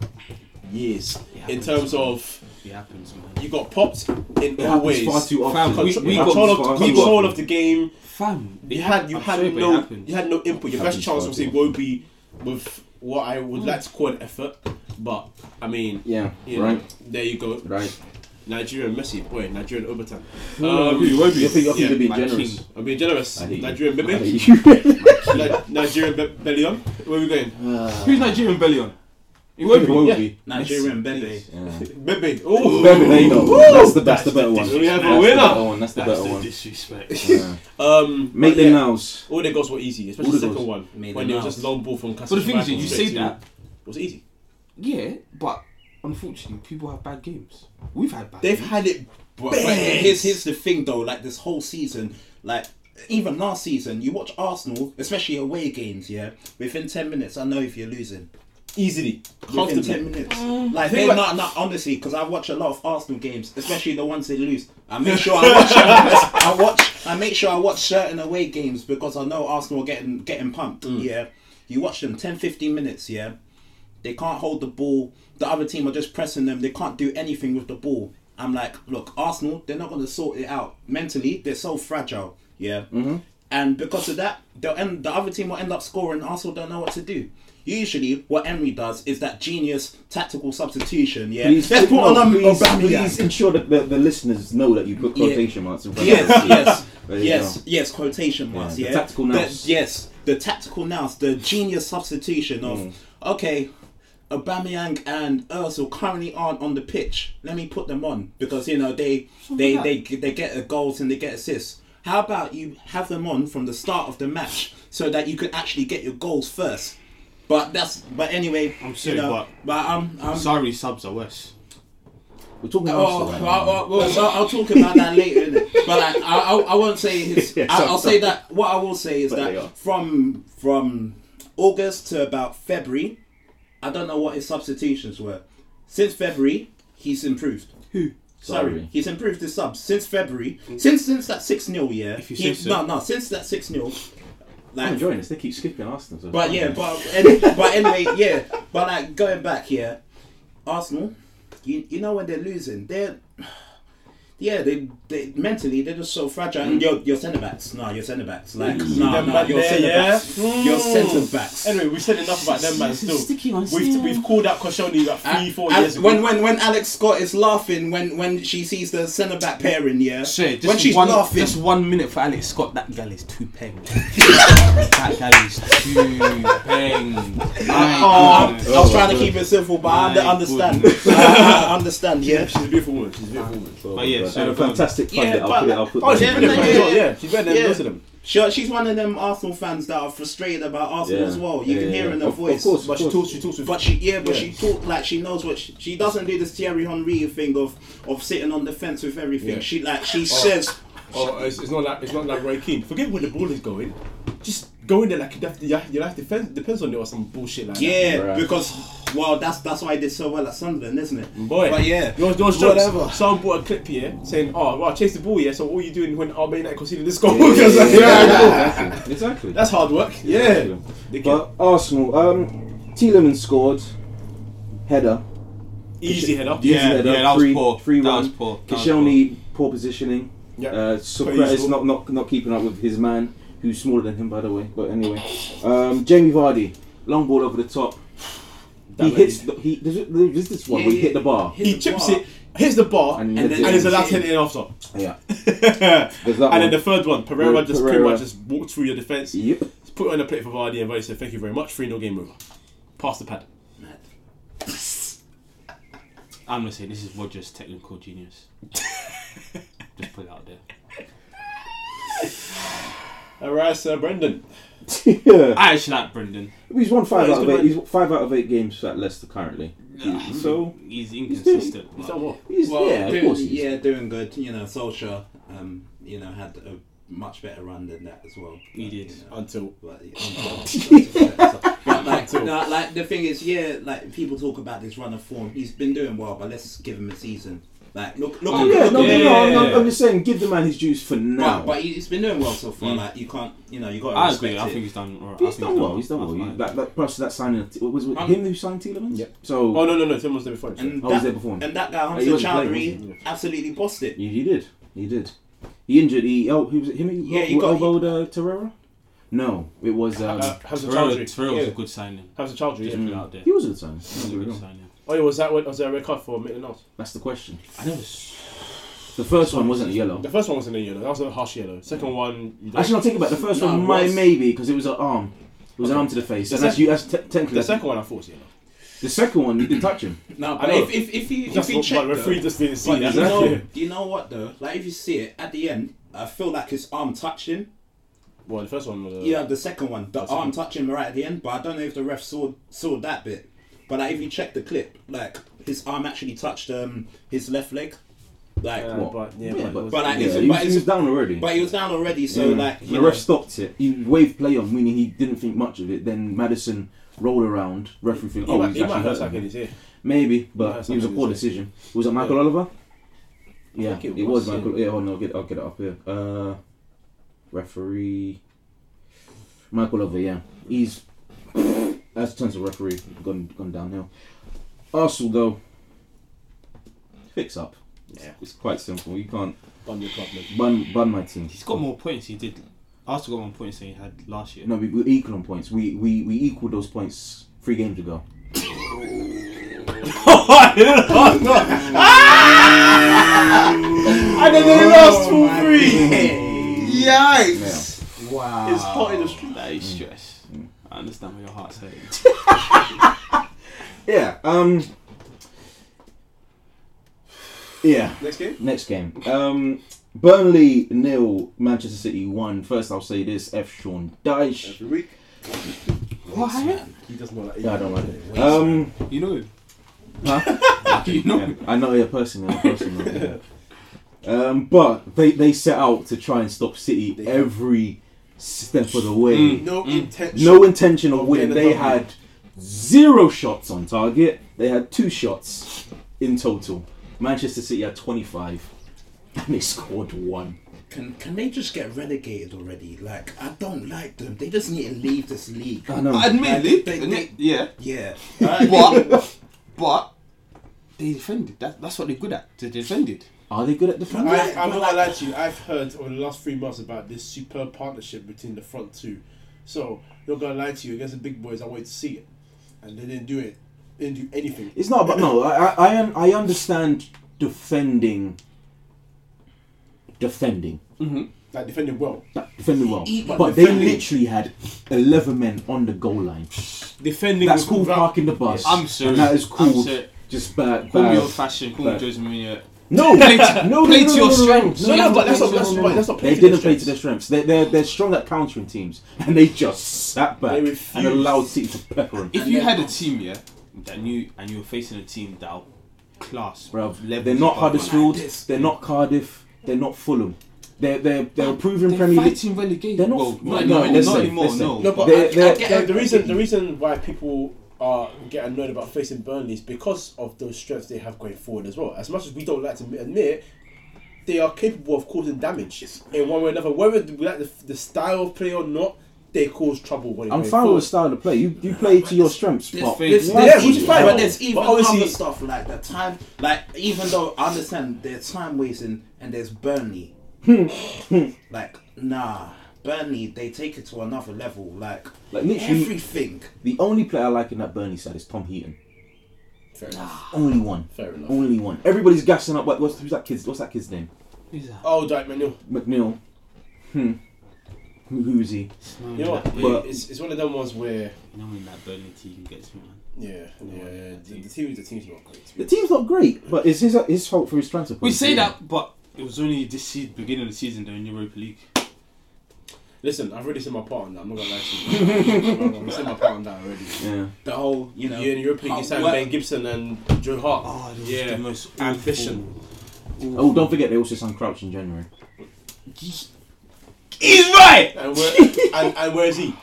years. In terms of
It happens, man.
you got popped in all
happens
ways.
far too often.
Fam,
Con-
we- we got
control,
far
of,
too
control
often.
of the game.
Fam,
You had you
I'm
had
sorry, but it
no
happens.
you had no input. Your best
Happens
chance
quite
obviously will be with what I would like to call an effort, but I mean,
Yeah,
you know,
right,
there you go.
right.
Nigerian Messi, boy, Nigerian overtime.
Um,
Um,
I think, I think
yeah,
they're being
my
generous.
king.
I'm being generous.
I hate
Nigerian
I
Bebe,
hate you.
Ni- Nigerian Be- Bellion. Where are we going?
Who's Nigerian Bellion? It
It won't be.
Nigerian Bebe.
Bebe. Oh,
Better than you know. That's the that's the better one.
We have a
That's the better
winner.
one. That's the
That's
better
the
one.
disrespect.
Yeah.
Um,
Make
but yeah,
them nows.
All their goals were easy,
All
especially
the
the second
goals.
one
Made
when
them
it was just
out.
long ball from.
But the thing is, you say
say
that,
was easy.
yeah, but unfortunately, people have bad games. We've had bad.
They've
games.
had it. But, but here's here's the thing though. Like this whole season, like even last season, you watch Arsenal, especially away games. Yeah, within ten minutes, I know if you're losing.
Easily.
Within
Comfortably.
ten minutes, like
think
they're
like-
not, not honestly, because I watch a lot of Arsenal games, especially the ones they lose. I make sure I watch, I watch, I make sure I watch certain away games because I know Arsenal are getting getting pumped. Yeah, you watch them 10, 15 minutes. Yeah, They can't hold the ball. The other team are just pressing them. They can't do anything with the ball. I'm like, look, Arsenal, they're not going to sort it out. Mentally, they're so fragile. Yeah.
Mm-hmm.
And because of that, they'll end, the other team will end up scoring. Arsenal don't know what to do. Usually, what Emery does is that genius tactical substitution. Yeah.
Please,
Let's put
no,
on a
please,
Aubameyang.
please ensure that the, the listeners know that you put
Yeah.
quotation marks in front of
Yes,
it.
yes,
There you
yes,
go.
yes. Quotation marks.
Yeah,
Yeah.
the tactical
The-
nous.
yes, the tactical nouse, the genius substitution of
Mm.
okay, Aubameyang and Özil currently aren't on the pitch. Let me put them on because you know they they they they get uh, goals and they get assists. How about you have them on from the start of the match so that you can actually get your goals first? But that's but anyway. I'm
sorry,
you know,
but-
but um, I'm
Sorry, subs are worse.
We're talking
Oh,
Arsenal right now.
well, well, well, well, I'll talk about that later, innit? But like, I, I, I won't say his.
Yeah,
I, I'll
so-
say that what I will say is
But they are.
that from from August to about February, I don't know what his substitutions were. Since February, he's improved.
Who?
Sorry,
Sorry.
he's improved his subs since February. Since since that six 0 yeah.
If you
he-
say so.
No, no. Since that six 0
I'm
like
enjoying this. They keep skipping Arsenal. so-
but yeah, but any, but anyway, yeah. But like going back here, Arsenal, you you know when they're losing, they're yeah, they they mentally they're just so fragile. And your your centre backs, no, your centre backs, like no,
Mm. Them
no,
man
your
there,
centre backs,
yeah?
your
Mm.
centre backs.
Anyway, we've said enough about them, man. Still, we've, we've called out Koscielny about three,
And-
four
and
years ago.
when when when Alex Scott is laughing when when she sees the centre back pairing, yeah,
Say, just
when she's
one,
laughing,
just one minute for Alex Scott. That gal is too peng. that gal is too peng.
I, I, I was
Oh,
trying to keep it simple, but I
My
understand.
goodness.
I, I understand, yeah.
she's a beautiful woman. She's a beautiful woman.
Oh,
but yeah,
God.
so
And a
go on.
fantastic
Yeah,
pundit. I'll
but-
put it. I'll put
oh,
that
yeah,
in the
yeah,
back.
yeah.
she's better than
Yeah.
most of them.
She, she's one of them Arsenal fans that are frustrated about Arsenal
Yeah.
as well. You
Yeah,
can
yeah,
hear
yeah.
in her
Of- of
voice.
course,
but
of
she
course.
talks. She talks. With, but she yeah, but
Yeah.
she talk like she knows what she, she doesn't do this Thierry Henry thing of of sitting on the fence with everything.
Yeah.
She like she says.
Oh, it's, it's not like it's not like Roy Keane. Forget where the ball is going. Just go in there like you have to, your your life depends depends on it or some bullshit like that.
Yeah,
Bruh.
because well, that's that's why they did so well at Sunderland, isn't it?
Boy,
but yeah,
yours, yours
whatever.
Jokes. Someone bought a clip here saying, "Oh, well, I chased the ball, yeah. So all you doing when Albert United conceded this goal?
Yeah,
Because, like, yeah,
Exactly. Exactly.
that's hard work. Yeah, They get
But Arsenal, um, Tielemans scored header.
easy header.
Yeah,
Header,
yeah, that was
free-
poor.
Free
That
run.
was poor. That was
Koscielny, poor positioning.
Yeah.
Uh,
But
Socrates
he's-
not, not not keeping up with his man, who's smaller than him, by the way. But anyway, um, Jamie Vardy, long ball over the top.
That
he
lady.
hits. The, he there's, there's this one
Yeah,
where he
yeah,
hit the bar.
hit-
He chips it, hits the bar,
And
and,
heads
then
it
and it's
in.
the last hit in after.
Yeah.
and
one.
then the third one, Pereira
Pereira.
just pretty much just walked through your defense.
Yep.
Put Put it on a plate for Vardy, and Vardy said, "Thank you very much." Three 0 game over. Pass the pad.
Mad.
I'm gonna say this is Roger's technical genius. Just put it out there.
All right, Sir uh, Brendan.
yeah.
I actually like Brendan.
He's won five
Yeah, he's
out of
good
eight. He's five out of eight games at Leicester currently. So
He's inconsistent.
He's
but
done well.
he's
mm-hmm. Well,
yeah, of
doing,
course. He's.
yeah, doing good. You know, Solskjaer, um, you know, had a much better run than that as well.
He
But,
did.
you know,
Until
but, yeah, but like,
Until-
no, like the thing is, yeah, like people talk about this run of form. He's been doing well, but let's give him a season. Like, look, look,
Oh,
look,
yeah, no,
look-
no, no, I'm,
Yeah.
I'm just saying, give the man his dues for now.
But, but he- he's been doing well so far. Like, you can't, you know, you got to
I
respect
agree. I
it.
think he's done. All right.
he's done well. He's done well. You, that, that, plus that signing, of, was it
Um,
him who signed Tielemans?
Yep.
So
oh no no no, someone's there before. him,
and
I was
that,
there before him.
and that guy
He
Hamza
wasn't playing, was
Chowdhury
he?
absolutely bossed it.
He, he did. He did. He injured. He el- who was it? Him? Who
Yeah, he
who
got-
elbowed uh, Torreira. No, it was. Um,
Uh, how's the
Terrell,
Chowdhury?
Terrell was a
Yeah.
good signing.
How's the Chowdhury?
Just
Yeah.
put it out there.
he was at the time.
He was a good signing.
Oh yeah, was that was there a red card for Maitland-Niles?
That's the question.
I never. s-
The first one wasn't a yellow.
The first one wasn't a yellow. That was a harsh yellow. Second one, you don't-
Actually, I'll think about it. The first
No,
one
it
might
was.
maybe because it was an arm. It was an arm to the face, and that's you. That's te- technically
the second one I thought was yellow.
The second one, you didn't touch him.
No,
I
but
know.
if, if if you if
That's
you
what
check
my referee
though-
just didn't see.
But
that.
you know,
Exactly.
you know what though? Like if you see it at the end, I feel like his arm touched him.
Well, the first one was. Uh,
Yeah, the second one, the
That's
arm
it.
touched him right at the end. But I don't know if the ref saw saw that bit. But like, if you check the clip, like his arm actually touched um his left leg. Like,
Yeah,
What?
uh, but yeah,
Yeah,
but, it was-
but like,
Yeah,
it's-
he, was,
but
he
it's-
was down already.
but he was down already, so
Yeah.
like
Mm. the
you
ref
know,
stopped it. He waved play on, meaning he didn't think much of it. Then Madison rolled around, referee thing.
he
Oh,
might,
he's
he might
actually
hurt
hurt
something in
him.
his ear.
Maybe,
might
but
have
it was a
something
poor
to say.
decision. Was it Michael Oliver? Yeah,
think
it
it
was
was, yeah.
Michael. Yeah, oh no, I'll get, I'll get it up here. Uh, referee Michael Oliver. Yeah, he's as terms of referee gone gone downhill. Arsenal though, fix up.
Yeah.
It's quite simple. You can't
Bun your club, man.
bun bun my team.
He's got more points. He did. Arsenal got more points than he had last year.
No, we, we're equal on points. We we we equaled those points three games ago.
And then they lost two
three.
Yikes!
wow,
It's hot in the street. That is stress. I understand where your heart's hurting.
Yeah. Um. Yeah.
Next game.
Next game. Um, Burnley nil, Manchester City one. First, I'll say this: F. Sean Dyche.
Every week.
Why?
He does not like.
Yeah, I don't like it. Um,
You know him.
huh?
You know
Yeah,
him.
I know your personally. personally yeah. Um, but they they set out to try and stop City every step of the way.
No intention.
Mm. No intention of winning.
Mm. getting a
They
W.
had zero shots on target. They had two shots in total. Manchester City had twenty five, and they scored one.
can can they just get relegated already? Like I don't like them. They just need to leave this league.
I know.
Admittedly,
They- they-
ne- yeah,
Yeah,
but but they defended. That, that's what they're good at. They defended.
Are they good at defending?
I, I'm not gonna lie to you. I've heard over the last three months about this superb partnership between the front two. So not gonna lie to you. Against the big boys, I wanted to see it, and they didn't do it. They didn't do anything.
It's not, but no, I, I, I un- I understand defending, defending,
Like defending well.
Like, defending well,
But
but they
defending-
literally had eleven men on the goal line.
Defending.
That's
with-
called parking the bus.
I'm serious.
And that is
I'm
called
serious.
just bad.
Call me
bad-
old fashioned. Call me
bad-
Jose Mourinho.
No,
Play to-
no, no,
play
no,
to
no, no,
your
no,
strengths.
No,
No,
no,
but
that's not- that's-
no, no,
but
no.
that's not
They
play to their
didn't play to
strengths.
their strengths. They're they're they're strong at countering teams, and they just sat back
They
and
refused.
allowed City to pepper them.
If you had a team, yeah, that knew and you were facing a team that will class,
Bruv,
levels
they're not
above
Huddersfield.
Like this.
They're not Cardiff. They're not Fulham. They're they're they're a proven
They're
Premier League.
fighting relegation.
They're not-
Well,
no,
not
no,
anymore.
they're
not
safe,
anymore.
they're
No.
safe.
No, but
They're-
I-
they're-
I get
they're-
the reason the reason why people are get annoyed about facing Burnley is because of those strengths they have going forward as well. As much as we don't like to admit, they are capable of causing damage in one way or another. Whether we like the, the style of play or not, they cause trouble when
I'm
they
fine
forward.
with the style of play. You you play to your strengths,
This
but
thing-
There's,
It's
why
there's
yeah, which
even,
is fine.
but there's even
But obviously-
other stuff like the time, like even though I understand there's time wasting and there's Burnley, like nah, Burnley they take it to another level, like,
Like, literally-
everything.
the only player I like in that Burnley side is Tom Heaton.
Fair enough.
Only one.
Fair enough.
Only one. Everybody's gassing up. What, what's who's that kid's? What's that kid's name?
Who's that?
Oh, Dyke Manuel.
McNeil. Hmm. who's he?
You know what?
But-
it's, it's one of them ones where
You know when that Burnley team gets me, man.
yeah, yeah, yeah. The, the team, the team's not great. to be
The team's not great, but it's his his fault for his transfer.
We
policy.
say that, but it was only this season, beginning of the season, they're in Europa League.
Listen, I've already said my part on that. I'm not gonna lie to you. I've said my part on that already.
Yeah.
The whole, you know,
You in Europe League, you
Oh,
signed
well-
Ben Gibson and Joe Hart.
Oh, Ah,
yeah,
most
ambition.
Oh, don't forget they also signed Crouch in January.
He's right.
And where and, and where is he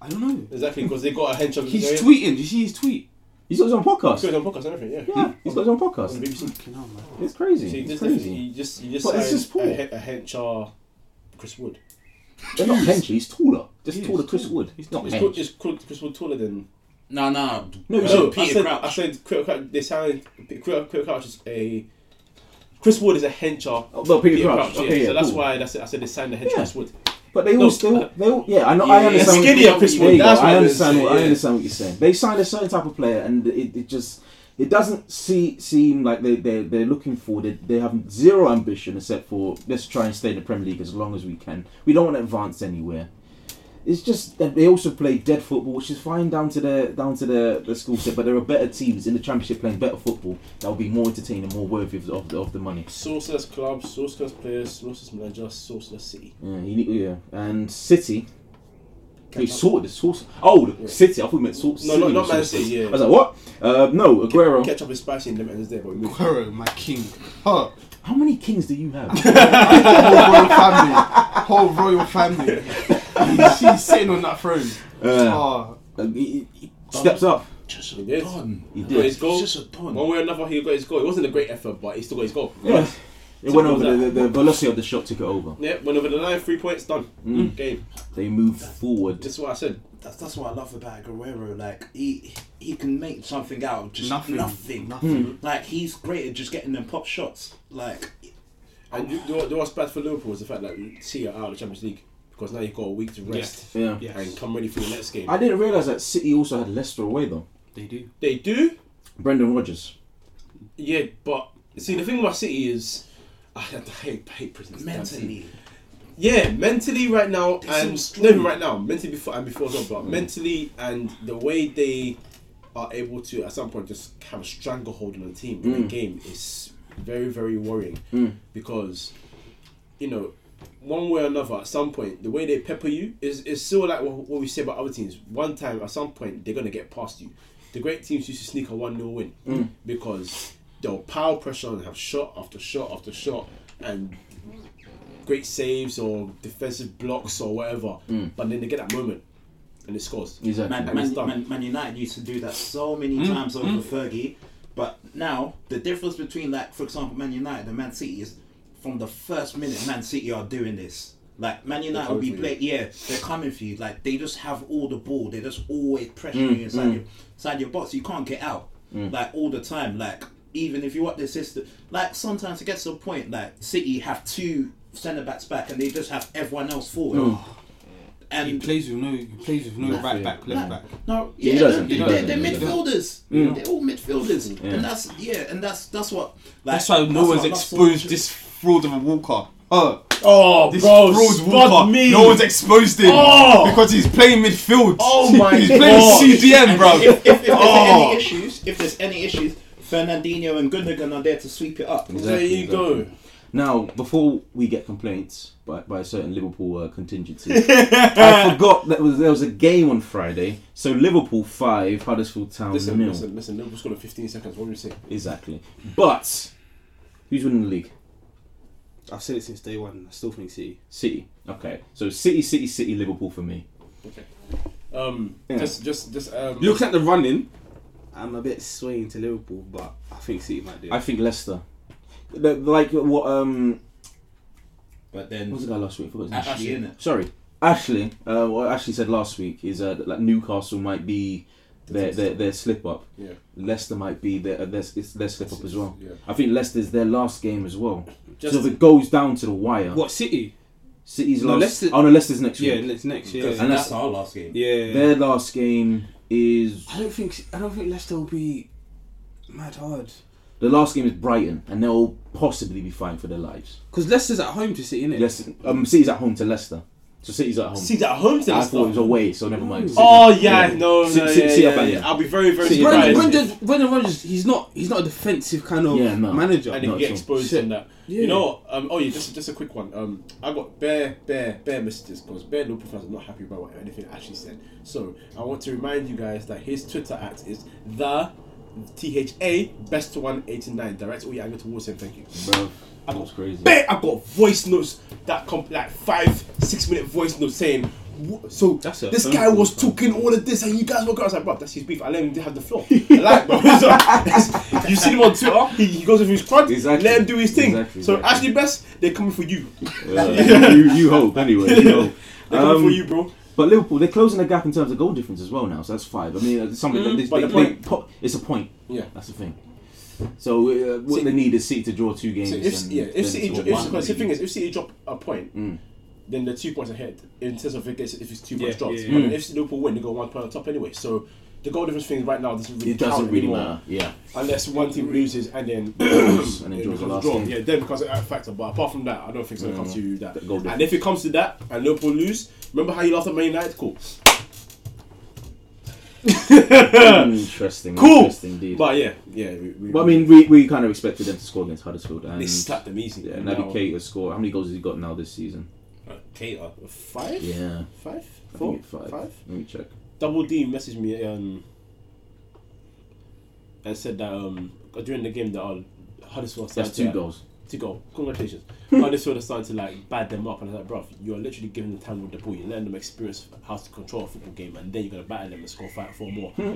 I don't know.
exactly? Because they got a hench on.
He's
they're-
tweeting. Did you see his tweet?
He's got his own
He's got
podcast.
his own podcast and everything. Yeah.
Yeah, he's got his own
On
podcast.
BBC.
Fucking hell, man.
It's
So
crazy.
you
It's
just,
crazy.
you just, you just
But it's
signed
just poor.
A, he- a hench, uh, Chris Wood.
They're not hench. He's taller. Just
He is
taller. Chris
tall.
Wood.
He's
He's not
tall.
Is,
hench.
Chris- is Chris Chris Wood taller than?
no, no,
No, he's
Uh,
not.
Oh, I
Peter
said,
Crouch.
I said, Peter Crouch. They sound Peter, Peter Crouch is a. Chris Wood is a hencher.
Oh, well, Peter Crouch. Okay, yeah,
so that's
cool.
why that's it. I said they signed the hench
Yeah.
Chris Wood.
But they all
No,
still,
uh,
they all, yeah, I know,
yeah,
I
yeah.
understand.
Skinnier
what-
Chris
there
Wood,
you go,
that's what
I
it
understand.
is,
What, I
yeah.
understand what you're saying. They signed a certain type of player, and it, it just, it doesn't see, seem like they they they're looking for. They, they have zero ambition except for let's try and stay in the Premier League as long as we can. We don't want to advance anywhere. It's just that they also play dead football, which is fine down to the down to the, the school set. But there are better teams in the Championship playing better football that will be more entertaining, more worthy of, of, the- of the money.
Sourceless club, sourceless players, sourceless manager, sourceless city.
Yeah, you need, yeah. And City. They
Cannot-
sorted the source. Oh, the
Yeah.
City. I thought we meant source.
No, no,
City
not
was
Man
sources.
City, yeah.
I was like, what? Uh, no, Aguero.
Ketchup is spicy and lemon is there, but we move.
Guerrero, my king. Huh.
How many kings do you have?
Whole royal family. Whole royal family. He's, he's sitting on that throne. Ah,
Uh, he, he steps up.
just
He
a
did.
don.
He
Got
did.
his goal.
He's just a don.
One way or another, he got his goal. It wasn't a great effort, but he still got his goal.
Yeah. It went over.
Simple
The,
as
the,
that.
the velocity of the shot took it over.
Yeah, went over the line, three points, done.
Mm.
Game.
They moved forward.
That's what I said.
That's that's what I love about Guerrero. Like he he can make something out of just
nothing.
nothing.
Nothing.
Like he's great at just getting them pop shots. Like
And you, you, know, what's bad for Liverpool is the fact that see you out of the Champions League because now you've got a week to rest
Yeah.
Yes.
and come ready for the next game.
I didn't realize that City also had Leicester away though.
They do.
they do,
Brendan Rodgers.
yeah, but see the thing about City is. I I hate, I hate prisons.
mentally,
yeah, mentally right now,
They're
and
so Mm.
no,
strong.
right now, mentally before and before as well, but mentally and the way they are able to at some point just have a stranglehold on the team in the
Mm.
game is very, very worrying because you know, one way or another, at some point, the way they pepper you is is still like what, what we say about other teams. One time, at some point, they're gonna get past you. The great teams used to sneak a one 0 win because they'll power pressure and have shot after shot after shot and great saves or defensive blocks or whatever. But then they get that moment and it scores.
Exactly.
man,
it's
man,
done. Mm.
man, Man United used to do that so many times over Fergie. But now the difference between like, for example, Man United and Man City is from the first minute Man City are doing this. Like Man United
coming
will be
for you.
playing, yeah, they're coming for you. Like they just have all the ball. They're just always pressuring
Mm,
you inside your inside your box. You can't get out. Like all the time. Like even if you want the system, like sometimes it gets to a point like City have two centre backs back and they just have everyone else forward.
Mm.
And
He plays with no. He plays with no right back, left back. Mm.
no,
He
yeah,
doesn't, he
they're, they're-
doesn't,
they're
he doesn't.
midfielders. They're all midfielders, and that's yeah, and that's that's what. Like,
That's why no
that's
one's
what I love so
exposed
much.
this fraud of a Walker. Oh,
Oh,
this
bro,
fraud
spot
Walker.
me.
No one's exposed him
Oh.
because he's playing midfield.
Oh my
he's
God.
playing CDM,
And
bro.
If, if, if there's
Oh.
any issues, if there's any issues, Fernandinho and Gundogan are there to sweep it up.
there you go.
Now, before we get complaints by, by a certain Liverpool uh, contingency, I forgot that was there was a game on Friday. So Liverpool five, Huddersfield Town
Listen,
nil.
listen, listen. Liverpool scored in 15 seconds. What were you saying?
Exactly. But who's winning the league?
I've said it since day one. I still think City.
City. Okay. So City, City, City, Liverpool for me.
Um,
Yeah.
just, just, just. Um,
Looking at the running, I'm a bit swaying to Liverpool, but I think City might do.
I think Leicester. The- like what um what was
But then
the guy last week? I forgot his name.
Ashley, innit?
Sorry. Ashley, uh, what Ashley said last week is uh, that like Newcastle might be their their, their slip up.
Yeah.
Leicester might be their uh, their, it's their slip up as well.
Yeah.
I think Leicester's their last game as well.
Just-
so if it goes down to the wire,
What City?
City's
No,
last.
Leicester-
oh no, Leicester's next
Yeah,
week.
it's next year.
that's,
And that's-
our last game.
Yeah.
Their last game is
I don't think I don't think Leicester will be mad hard
the last game is Brighton, and they'll possibly be fighting for their lives.
because Leicester's at home to City, innit?
Leicester, um, City's at home to Leicester. So City's at home.
See that home to
I
that
thought it
stuff.
was away, so never mind.
Oh yeah, no, no,
See-
yeah,
see- see
yeah,
up and
yeah.
down.
I'll be very, very
See up and
surprised.
down.
Brendan, Brendan, Brendan Rodgers, he's not he's not a defensive kind of
Yeah, no.
manager.
and then
Not
you get
at all.
exposed
Shit.
on that.
Yeah.
You know, um, oh yeah, just just a quick one. Um, I got bare, bare, bare messages because bare Liverpool fans are not happy about what anything I actually said. So I want to remind you guys that his Twitter at is the T H A best one eighty nine. Direct oh, all your anger towards him. Thank you.
Oh.
Bro, that was crazy.
Bare, I got voice notes that come like five, six minute voice notes saying. "Wha- So
That's a
this
phone
guy
call,
was
fam.
talking all of this, and you guys were going. I was like, bro, that's his beef. I let him have the floor. I like, bro. So, you see him on Twitter. He, he goes with his crud.
Exactly.
Let him do his thing.
Exactly,
so
exactly.
Ashley Best, they're coming for you.
Uh, you, you hope anyway. You hope.
They're coming for
Um,
you, bro.
But Liverpool, they're closing the gap in terms of goal difference as well now, so that's five. I mean, it's something that they,
but
they,
Mm-hmm. the
they
point-
po- it's a point.
Yeah.
That's the thing. So uh, what
See-
they need is City to draw two games.
So if
and
yeah,
then
if City,
score
dro- if,
one,
because the
maybe.
thing is, if City drop a point,
Mm.
then they're two points ahead in terms of if it gets if it's two
Yeah,
points dropped.
yeah, yeah.
And if Liverpool win, they go one point on top anyway. So the goal difference thing right now doesn't really
it doesn't
count
really
anymore.
matter. Yeah,
unless one team loses and then
and
it
then draws
becomes
the
a
last
draw.
game.
Yeah, then becomes a factor. But apart from that, I don't think it's gonna come to that.
That goal
and if it comes to that and Liverpool lose, remember how you laughed at Man United? Cool.
interesting.
Cool.
Interesting indeed. But,
But yeah, yeah. We, we,
I mean, we, we kind of expected them to score against Huddersfield. And,
they slapped them easy.
Yeah,
Now,
Naby Keita scored. How many goals has he got now this season?
Cater.
Five?
Yeah,
Five?
I
Four?
think it's five. Let me check.
Double D messaged me um, and said that um, during the game that uh, Huddersfield started
That's two
to,
goals.
to go. Congratulations. Huddersfield have started to like bad them up, and I was like, bruv, you're literally giving them time with the ball. You're letting them experience how to control a football game, and then you're gonna battle them and score five, four more. That's
Mm.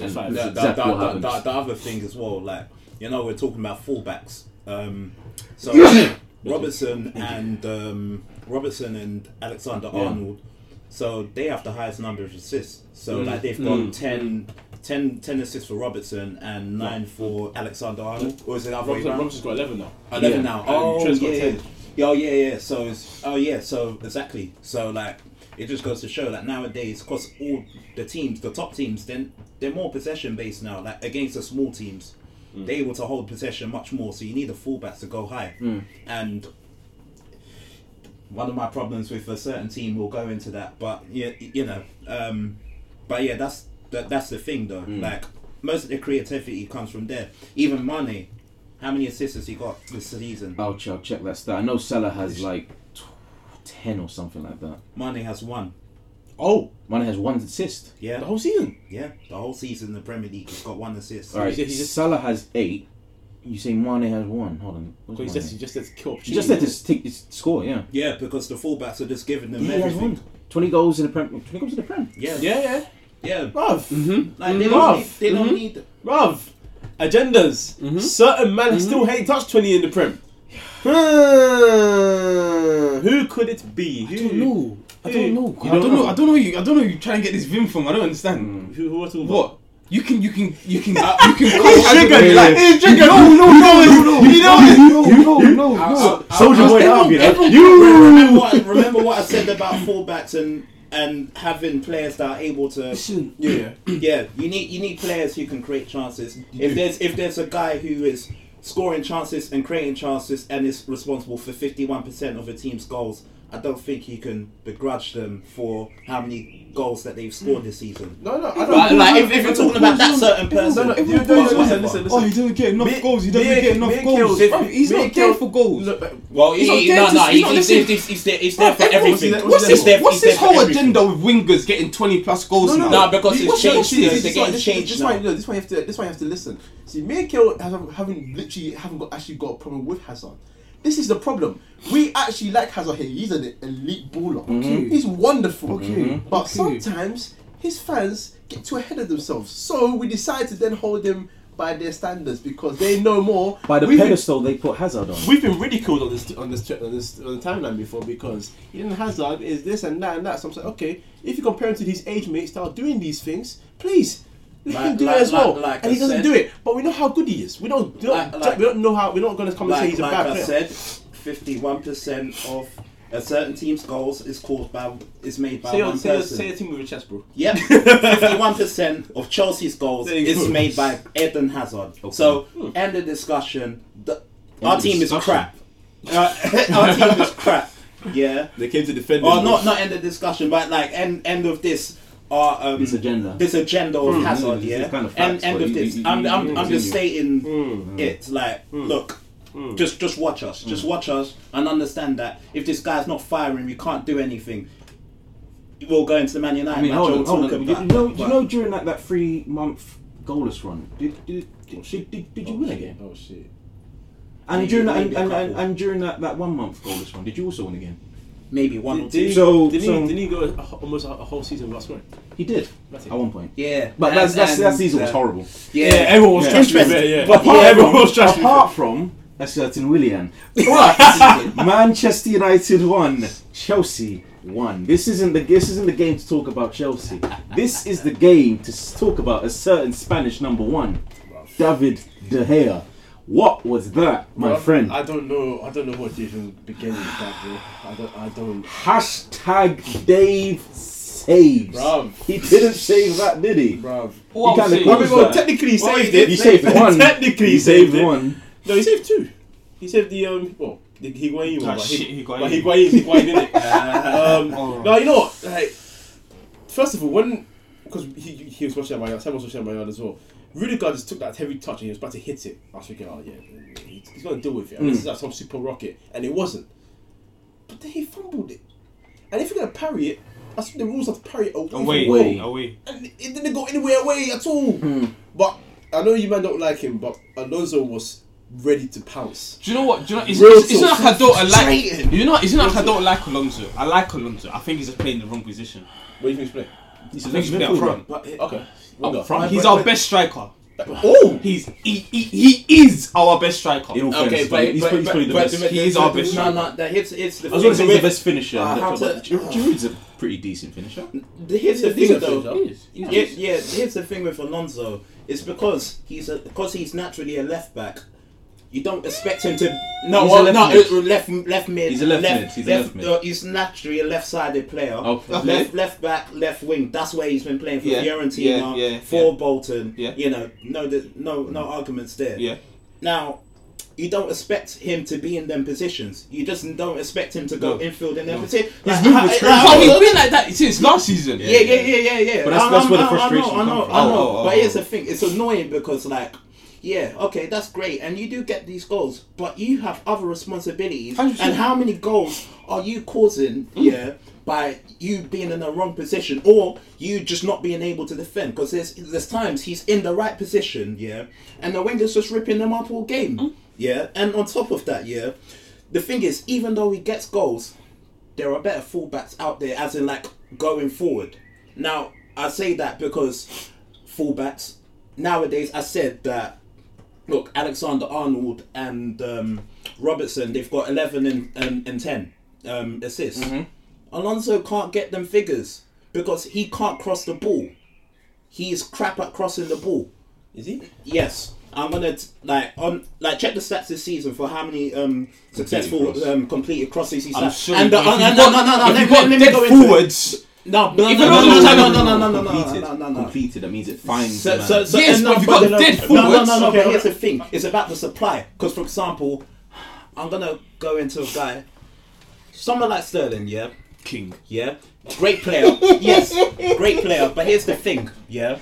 Yeah.
The,
That's
the,
exactly
the-
what
the-
happens.
the- the other thing as well, like you know, we're talking about fullbacks. Um, so Robertson and um, Robertson and Alexander Arnold. So they have the highest number of assists. So
Mm.
like they've got 10, 10, 10 assists for Robertson and nine for Alexander Arnold. Or is it other way
Robinson,
around?
Robinson's got eleven now.
Eleven
Yeah.
now.
And
Oh
Trent's got
yeah, yeah.
10.
Yeah, oh yeah, yeah. So it's oh yeah. So exactly. So like it just goes to show that nowadays, because all the teams, the top teams, then they're more possession based now. Like against the small teams, they're able to hold possession much more. So you need the fullbacks to go high. And one of my problems with a certain team will go into that, but yeah, you know. Um, but yeah, that's that, that's the thing though. Like most of the creativity comes from there. Even money. How many assists has he got this season?
I'll, ch- I'll check that stat. I know Salah has like tw- ten or something like that.
Mane has one.
Oh,
Mane has one assist.
Yeah,
the whole season.
yeah. The whole season in the Premier League, he's got one assist.
All right,
He's- he's just-
Salah has eight. You say Mane has one. Hold on. Where's
Because he
Mane?
just he just said kill
He just let us take his score. Yeah.
Yeah, because the fullbacks are just giving them
Yeah, he has
everything.
one. Twenty goals in the prem. Twenty goals in the prem.
Yeah,
Yeah, yeah.
yeah.
Bruv.
Like they
Bruv.
don't, need, they don't need.
Bruv, agendas.
Mm-hmm.
Certain man still hate touch 20 in the Prem. Hmm, Who could it be? Who,
No, I don't know.
You
I
don't
don't know.
know.
I don't know. who You, I don't know. Who you try and get this vim from? I don't
Mm.
understand.
Who, who are talking about?
What? You can, you can, you can, you can. He's
triggered, like,
he's triggered. No, no, no, no, no. You know,
no, no,
no.
Soldier boy up, you know.
Remember what, remember what I said about fullbacks and and having players that are able to.
Yeah.
Yeah, you need you need players who can create chances. If there's if there's a guy who is scoring chances and creating chances and is responsible for fifty one percent of a team's goals, I don't think you can begrudge them for how many goals that they've scored this season.
No, no. I don't,
But like Hmm. if, if you're talking about that certain person,
no, no,
or
no, no, no, listen,
whatever.
listen,
Oh,
listen.
he doesn't get enough
Me-
goals. He
me
doesn't
and-
get
me
enough
and
goals.
Kels-
Bruv, he's
me
not
and
there
Kels-
for goals.
Look, but-
Well, he,
not
he,
dead,
no, no,
he's
he's,
not
he's,
listening.
he's, he's, he's there, he's there
Bruv,
for
everyone's-
everything.
What's
What's
He's
this?
there
there-
What's
he's
this
there for
whole
everything.
agenda with wingers getting twenty plus goals now?
Nah, because
You-
it's
what's your-
changed,
see,
the-
this
the
is
game
why- this-
changed
This is why
now.
no, this is why you have to. This is why you have to listen. See, me and Kill haven't, haven't literally haven't got actually got a problem with Hazard. This is the problem. We actually like Hazard here. He's an elite baller.
Mm-hmm.
Okay.
He's wonderful.
Okay.
But
Okay.
sometimes his fans get too ahead of themselves. So we decide to then hold them by their standards because they know more.
By the
We've been-
pedestal they put Hazard on.
We've been ridiculed on this on this on this on the timeline before because Eden Hazard is this and that and that. So I'm saying, okay, if you compare him to these age mates that are doing these things, please let
Like-
him do
like-
it as well.
like- like
and he
I
doesn't
said-
do it, but we know how good he is. We don't, we don't,
Like- like-
we don't know how we're not going to come and say
Like,
he's a
like
bad
I
player.
said, fifty-one percent of a certain team's goals is caused by is made by
say, your,
one
say, your,
person.
say your team with your chest, bro.
Yep, fifty-one percent of Chelsea's goals
There you
is
go. Hmm.
made by Eden Hazard. So, end the discussion. The, our
of
team is
discussion.
crap. Uh, our team is crap. yeah.
They came to defend
Or
him.
not not end of discussion, but like end end of this uh, um,
This agenda. Hmm.
this agenda of hazard,
this is
yeah.
kind of
end
facts,
end
but
of
you-
this.
you-
I'm
you-
I'm,
you
I'm just
continue.
stating
Hmm.
it. Like, look, just just watch us, just
Hmm.
watch us, and understand that if this guy's not firing, we can't do anything. We'll go into the Man United
I mean,
match.
hold
and
on,
we'll
hold
talk
on.
about
You know,
it,
you
but-
know, during that, that three month goalless run, did did, did, did, did, did you win a game?
Oh shit.
And during that, and,
Maybe a
and, and,
couple.
and during that, that one month goalless run, did you also win a game?
maybe one or
Did,
two.
did,
So-
so, did,
so-
he, did he go a, almost a, a whole season without scoring?
He did
That's it.
at one point.
Yeah,
But that's,
and-
that's, that
and,
season was
uh,
horrible.
Yeah,
everyone
was
trashing
trashing
me.
him.
Yeah,
But
yeah, everyone was trashing me.
apart from a certain Willian. Manchester United won. Chelsea won. This isn't the this isn't the game to talk about Chelsea. This is the game to s- talk about a certain Spanish number one, David De Gea. What was that, my friend?
I don't know. I don't know what Jason began with that, bro. I don't. I don't.
Hashtag Dave saves.
Bruv.
He didn't save that, did he?
Bruv.
He kind of
I mean, well,
caused that.
technically he
Well, he
saved
did
it.
He saved one.
Technically,
he
he
saved
saved it.
one.
No, he saved two. He saved the um. Well, the Higuain one.
Ah,
but
shit,
he,
Higuain.
but Higuain, Higuain did it. um, No, you know what? Like, first of all, when because he, he was watching my yard, Sam was watching my yard as well. Rudiger just took that heavy touch and he was about to hit it. I was thinking, oh yeah, he's he's gonna deal with it. This is like some super rocket, and it wasn't. But then he fumbled it, and if you're gonna parry it, that's the rules have to parry it away. from
Away,
the goal
away, away.
and it didn't go anywhere away at all.
Hmm.
But I know you might not like him, but Alonso was ready to pounce.
Do you know what? Do you know? It's,
Real
it's, it's not
talk.
like I don't like.
Straighten.
You know, it's not like I don't like Alonso. I like Alonso. I think he's just playing the wrong position.
What do you think he's
I think he's playing up front.
But it-
Okay. Winger.
Up front. He's our best striker.
Oh!
He's he, he, he is our best striker.
In all
Okay,
fairness,
but-
he's,
but-
he's probably the
but-
best.
but-
He is our best
No,
striker.
no, that hits it's the
I was going to
thing
say he's
with-
the best finisher.
Uh, how
but
to-
Giroud- Giroud's a pretty decent finisher.
the- Here's the
He's
thing
a
though.
finisher.
Yeah, yeah. Here's the thing with Alonso. It's because he's a because he's naturally a left back. You don't expect him to no
He's a
well,
left
no
mid.
uh, left left mid.
He's a left mid, he's a left mid.
uh, he's naturally a left-sided player.
Okay. Okay.
Left left back, left wing. That's where he's been playing for
Yeah,
Fiorentina,
yeah, yeah,
for
yeah.
Bolton.
Yeah.
You know, no there's no no arguments there.
Yeah.
Now, you don't expect him to be in them positions. You just don't expect him to go
No.
infield in them positions.
His
Like,
movement's
I- I-
But
I-
he's been like that since last season.
yeah, yeah, yeah, yeah, yeah.
But that's-
I-
that's
I'm-
where the
I- I know,
frustration
I
comes
know,
from.
I know.
Oh, oh,
but
oh.
here's the thing: it's annoying because, like, yeah, okay, that's great, and you do get these goals, but you have other responsibilities.
100%.
And how many goals are you causing? Yeah. By you being in the wrong position, or you just not being able to defend, because there's there's times he's in the right position, yeah, and the winger's just ripping them up all game, yeah. And on top of that, yeah, the thing is, even though he gets goals, there are better fullbacks out there, as in like going forward. Now I say that because fullbacks nowadays. I said that look, Alexander Arnold and um, Robertson, they've got eleven and and, and ten um, assists. Alonso can't get them figures because he can't cross the ball. He is crap at crossing the ball.
Is he?
Yes. I'm gonna t- like on like check the stats this season for how many um successful
cross.
um completed crosses he's
I'm
had.
sure.
and the,
if
uh, no,
you've
no,
got-
no, no, no,
if
let,
you've
let,
got
let me
dead
go into it.
forwards.
No, no,
if
no,
you
no,
don't-
no, no, no, no, no, no, no,
completed,
no, no, no, no.
completed. That means it finds.
So,
the man.
so, so,
Yes,
and
but
no,
we've got
no, no,
dead
No, no,
forwards.
no, no.
Okay,
But here's
okay.
the thing: it's about the supply. Because, for example, I'm gonna go into a guy, someone like Sterling, yeah,
King.
yeah, great player, yes, great player. But here's the thing, yeah,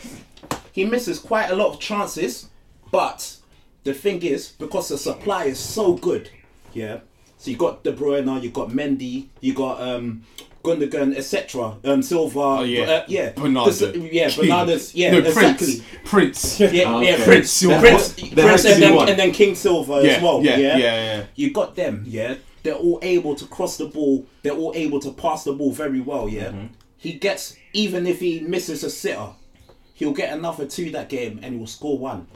he misses quite a lot of chances, but the thing is because the supply is so good, yeah. So you got De Bruyne, you got Mendy, you got um, Gundogan, etc. Um, Silva, oh,
yeah.
uh, yeah,
Bernardo.
This- yeah,
King.
Bernardo's, yeah,
No,
exactly.
Prince. Prince.
Yeah,
Ah,
yeah,
okay.
Prince,
Prince Silva.
Prince,
There has
Prince
to
and,
be
then,
one.
and then King Silver
Yeah,
as well.
yeah,
Yeah,
yeah, yeah.
You got them. Yeah, they're all able to cross the ball. They're all able to pass the ball very well. Yeah,
Mm-hmm.
he gets even if he misses a sitter, he'll get another two that game and he'll score one.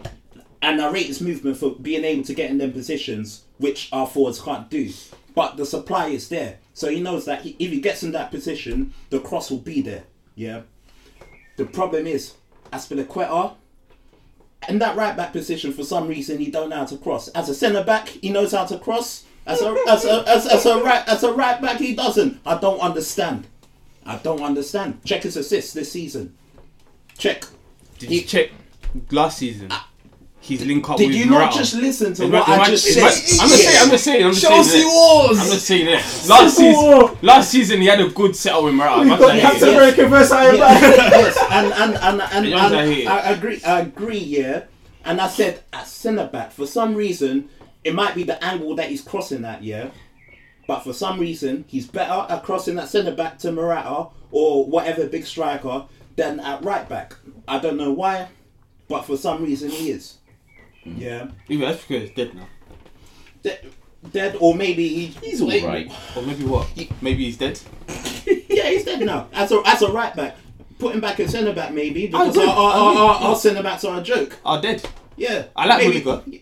And I rate his movement for being able to get in them positions which our forwards can't do. But the supply is there, so he knows that he, if he gets in that position, the cross will be there. Yeah. The problem is Aspilicueta in that right back position for some reason he don't know how to cross. As a centre back, he knows how to cross. As a as a as, as a right as a right back, he doesn't. I don't understand. I don't understand. Check his assists this season. Check.
Did you check last season? he's linked up
Did
with
you not
Morata.
just listen to
Oh, It
what
might- it
I
might-
just
it
said?
might- I'm just saying. I'm just saying. I'm just
Chelsea
saying that.
Wars!
I'm just saying that. Last season, last season he had a good setup with Morata. Man's like,
Captain
yeah.
America.
versus Iron
Yeah, yes, and and and, and,
The youngs are
and,
here.
I agree. I agree. Yeah, and I said at centre back for some reason it might be the angle that he's crossing at. Yeah, but for some reason he's better at crossing that centre back to Morata or whatever big striker than at right back. I don't know why, but for some reason he is. Yeah,
Even Africa is dead now.
De- dead or maybe he, he's
alright.
Or maybe what? Maybe he's dead.
Yeah, he's dead now. As a as a right back. Put him back at centre back maybe because
good.
our, our,
I'm
our,
good.
our, our centre backs are a joke.
Oh, dead.
Yeah.
I like
maybe-
Rudiger.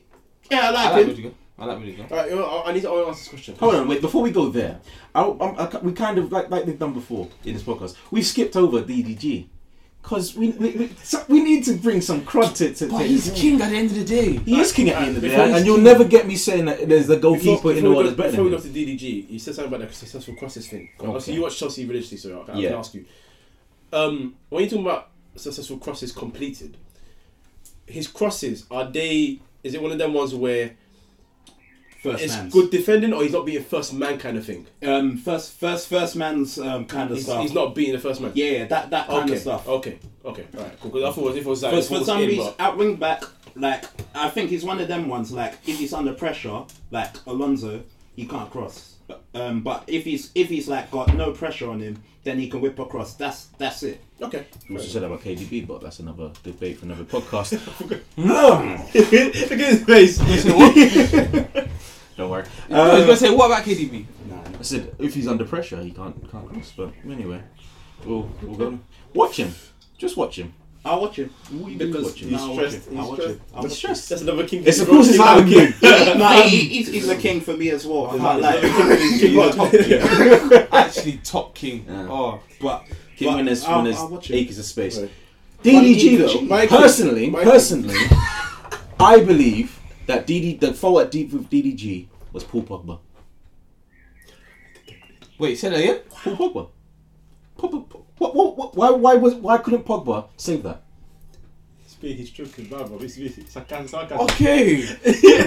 Yeah, I like,
I like
him.
Rudiger. I like Rudiger.
Alright, you know, I I need to I wanna ask this question.
Hold on, wait. Before we go there, I, I'm- I ca- we kind of like like they've done before in this podcast. We've skipped over DDG because we we, we, so- we need to bring some crud to, to, to
But he's king at the end of the day.
He is king at the end of the day,
Before
and
he's
you'll
king-
never get me saying that there's the
Before,
goalkeeper
before,
in the
we,
world
go,
that's better
before
than
we go
him.
to DDG, you said something about the successful crosses thing. Obviously, you watch Chelsea religiously, so I can, I
Yeah.
can ask you. Um, when you're talking about successful crosses completed, his crosses are they? Is it one of them ones where
First
it's
man's.
good defending or he's not being first man kind of thing?
Um, first, first, first man's um, kind of
He's,
stuff.
he's not being the first man.
Yeah, yeah, that that kind
Okay.
of stuff.
Okay. Okay. All right. Cool. Because I thought it was- if it was like
But
if it
for
was
some
in,
reason,
but-
at wing back, like I think he's one of them ones. Like if he's under pressure, like Alonso, he can't cross. Um, but if he's if he's like got no pressure on him, then he can whip across. That's that's it.
okay.
We also said about KDB, but that's another debate for another podcast.
Look at his face.
Don't worry.
I was
Um,
Uh,
gonna say, what about KDB?
I said if he's under pressure, he can't can't cross. But anyway, we'll we'll go. Watch him. Just watch him.
I'll watch him
you
because
watching?
no,
He's
I'll watch
stressed.
him. I'll
He's
watch him.
stressed.
I'll watch him.
stressed. That's another king.
It's of course it's not a king.
No, he, he's, he's the king for me as well. I can't lie. He's not top king.
Actually, top king. Oh,
But
King
but
when there's
I'll-
when there's
I'll watch him.
acres of space.
Right.
DDG though,
My king.
personally,
My king.
personally, I believe that DD the forward deep with DDG was Paul Pogba.
wait, say that again.
Paul Pogba. Pogba. Pogba- What, what, what, why why was why couldn't Pogba save that?
Speak his truth, his Bible. It's- it's- it's sarcasm, sarcasm.
Okay.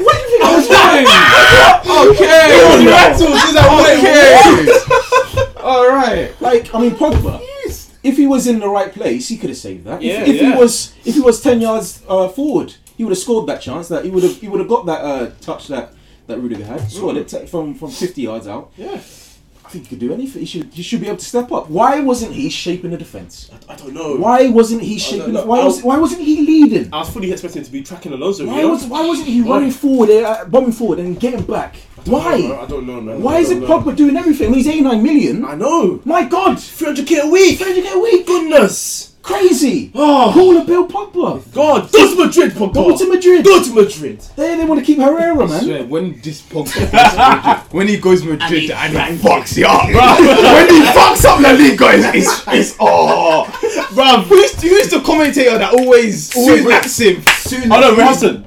what do you think I was doing? okay. okay. All right.
Like I mean Pogba. If he was in the right place, he could have saved that. If-
Yeah,
if
yeah.
he was if he was ten yards uh, forward, he would have scored that chance. That he would have he would have got that uh, touch that that Rudiger had. Scored it
Mm.
t- from from fifty yards out.
Yeah.
I think he could do anything. He should he should be able to step up. Why wasn't he shaping the defense?
I don't know.
Why wasn't he shaping?
no, no,
why
I-
was why wasn't he leading?
I was fully expecting to be tracking Alonso.
Why
you know?
was why wasn't he running forward, uh, bombing forward, and getting back?
I
Why?
don't know, man.
Why
I
is it
don't know.
Pogba doing everything? He's eighty nine million.
I know.
My God,
300k a week.
300 a week,
Goodness.
crazy.
Oh.
Call a Bill Pogba.
God. Go to Madrid, Pogba.
Go to Madrid.
Go to Madrid.
They they want to keep Herrera, man.
when this Pogba goes Madrid, when he goes Madrid, and he fucks it up, bro.
when he fucks up the league, guys, it's it's oh,
bro, who's, who's the commentator that always always raps him?
soon.
Oh no, Wilson.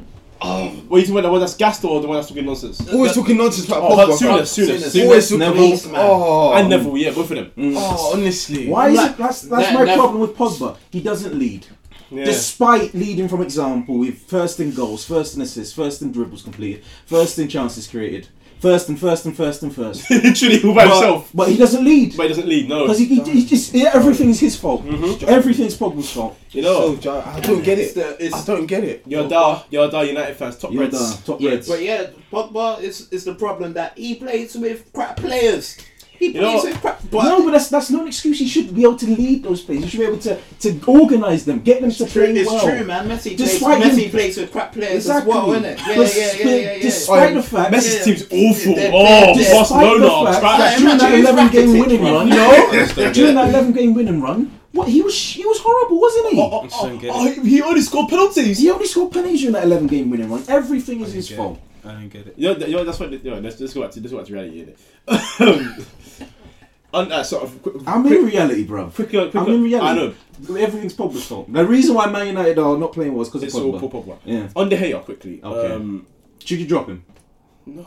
Oh, what you talking about? The one that's gassed or the one that's talking nonsense?
Always talking nonsense about
Oh,
Pogba.
Sooners,
bruv.
Sooners,
Sooners,
Sooners,
always talking
Neville,
nonsense. Oh,
And Neville, yeah, both of them.
Oh, honestly.
Why is
Like,
it? That's that's
that-
my
that-
problem with Pogba. He doesn't lead.
Yeah.
Despite leading from example with first in goals, first in assists, first in dribbles completed, first in chances created, first and first and first and first.
literally all by
but,
himself.
but he doesn't lead
But he doesn't lead. No.
because he, he, he just yeah, everything's his fault. Everything's Pogba's fault.
you know.
So, I don't get it. I don't get it.
You're da, you're da United fans, top
You're
reds.
the uh, top
Yeah,
reds.
but yeah, Pogba is is the problem that he plays with crap players. He plays
know-
with crap. But
no, but that's that's not an excuse. He should be able to lead those players. He should be able to to organise them, get them to
true,
play
it's
well.
true, man. Messi plays,
Despite
Messi
him-
plays with crap players
Exactly.
as well, innit? Yeah,
Des-
yeah, yeah, yeah, yeah.
Despite the fact,
Messi's
Yeah.
team's awful.
They're-
oh,
they're-
despite the
Barcelona.
fact
trash.
that during that
Imagine he's
11 game
Rakitic,
winning
bro.
run, no, during that 11 game winning run, what he was he was horrible, wasn't he?
Oh, oh, oh, he only scored penalties.
He only scored penalties during that 11 game winning run. Everything is his fault.
I don't get it.
You know, th- you know, that's what. You know, let's, let's go back to let's go back to reality. Innit? On that sort of quick,
I'm
quick,
in reality, bro.
quick, uh, quick,
I'm in
I
reality.
know
Everything's Pogba's fault. The reason why Man United are not playing was because of
it's all
Pogba.
Paul Pogba.
Yeah.
On De Gea, quickly.
Okay.
Um,
Should you drop him?
no,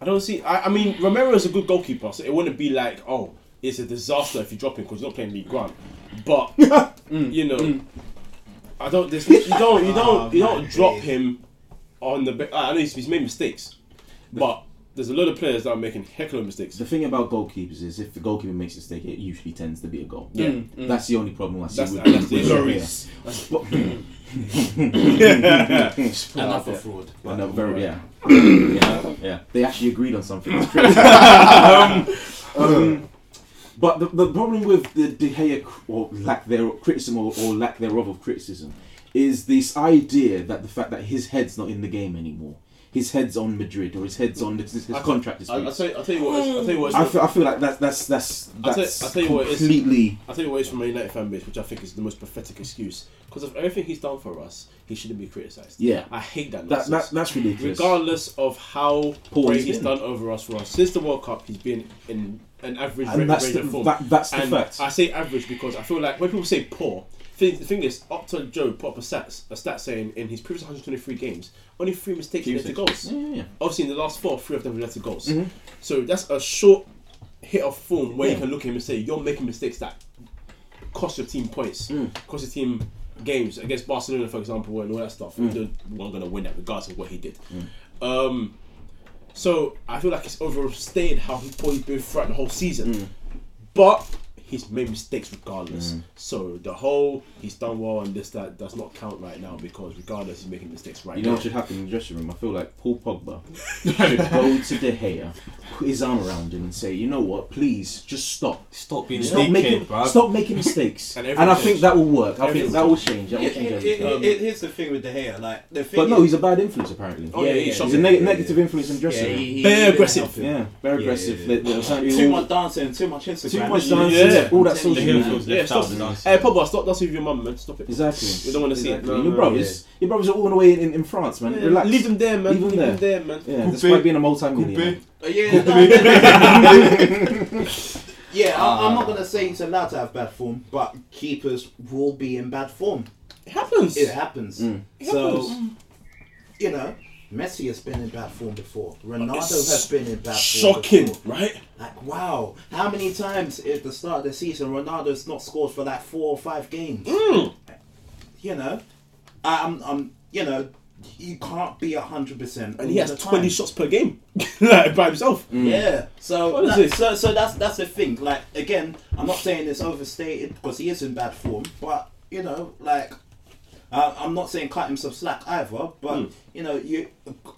I don't see. I, I mean, Romero is a good goalkeeper, so it wouldn't be like, oh, it's a disaster if you drop him because he's not playing League One. But you know, mm, I don't. This, you don't. You don't. You don't drop him on the. be- I know he's, he's made mistakes, but there's a lot of players that are making heckler mistakes.
The thing about goalkeepers is if the goalkeeper makes a mistake, it usually tends to be a goal. Yeah, Mm. that's the only problem I see
That's
with
that's the
with-
Lloris.
Another fraud.
yeah.
But
No, very, yeah. yeah, yeah. They actually agreed on something. It's crazy. Um, but the, the problem with the De Gea cr- or lack thereof criticism or, or lack thereof of criticism is this idea that the fact that his head's not in the game anymore. His head's on Madrid or his head's on his, his
I-
contract is.
I, I tell you, I tell you what. it's- I tell you what.
I
it's-
feel, I feel like that's that's that's
I'll tell-
that's
I'll tell you what it is.
completely.
I think what is from a United fan base, which I think is the most pathetic excuse, because of everything he's done for us, he shouldn't be criticised.
Yeah.
I hate that.
That,
Nonsense.
that that's ridiculous.
Regardless of how
Poor
poor
he's
he's,
been.
done over us, for us since the World Cup, he's been in an average
And
ra-
that's
range
the-
of form.
that- that's the
and
fact.
I say average because I feel like when people say poor, thi- the thing is, up to Joe put up a stat, a stat saying in his previous 123 games, only three mistakes led to goals.
Yeah, yeah, yeah.
Obviously, in the last four, three of them led to goals. So that's a short hit of form
Mm-hmm.
where
Yeah.
you can look at him and say you're making mistakes that cost your team points,
Mm.
cost your team games against Barcelona, for example, and all that stuff.
Mm.
They weren't going to win that, regardless of what he did. Um, so I feel like it's overstated how he- poor he's been throughout the whole season,
Mm.
but he's made mistakes regardless. So the whole he's done well and this that does not count right now because regardless he's making mistakes right
You know
now.
what should happen in the dressing room? I feel like Paul Pogba should go to De Gea, put his arm around him, and say, "You know what? Please, just stop.
Stop being a
Stop
dickhead,
making,
bruv.
stop making mistakes." and,
And everything
I think
changed.
that will work. I think
Everything
that will change. That
Yeah,
will change
it,
everything.
it, it, here's the thing with the hair, like the thing.
Um, But no,
is,
he's a bad influence apparently.
Oh, yeah,
yeah,
yeah,
He's
yeah,
a
yeah,
neg-
yeah,
negative influence in the dressing
yeah,
room.
he- he
Bare
didn't
aggressive.
help him.
Yeah, very
Yeah,
aggressive.
yeah,
They- they were saying-
Too much dancing, too much Instagram.
too much
Yeah.
dancing,
Yeah.
all that
Yeah.
social
The
media.
heel feels
Yeah,
left
stop.
out and us.
Hey, Pogba, stop dancing with your mum, man. Stop it.
Exactly.
We don't wanna see it.
Exactly.
No,
your
no,
brothers, your brothers are all the way in, in, in France, man. Relax.
Leave them there, man.
Leave
Leave
them
them,
there.
man.
Yeah, despite being a multi-millionaire.
Coupe.
Uh, yeah, no, yeah. I, I'm not gonna say he's allowed to have bad form, but keepers will be in bad form.
It happens.
It happens. so,
happens.
you know, Messi has been in bad form before. Ronaldo
It's
has been in bad form.
Shocking,
before.
right?
Like, wow. How many times at the start of the season Ronaldo's not scored for like four or five games?
Mm.
You know, I- I'm, I'm, you know, you can't be 100%.
And he has 20
shots.
shots per game like, by himself.
Mm.
Yeah. So
Hmm. What is
that-
it?
so so that's that's the thing. Like again, I'm not saying it's overstated because he is in bad form, but you know, like I I'm not saying cut himself slack either. But you know, you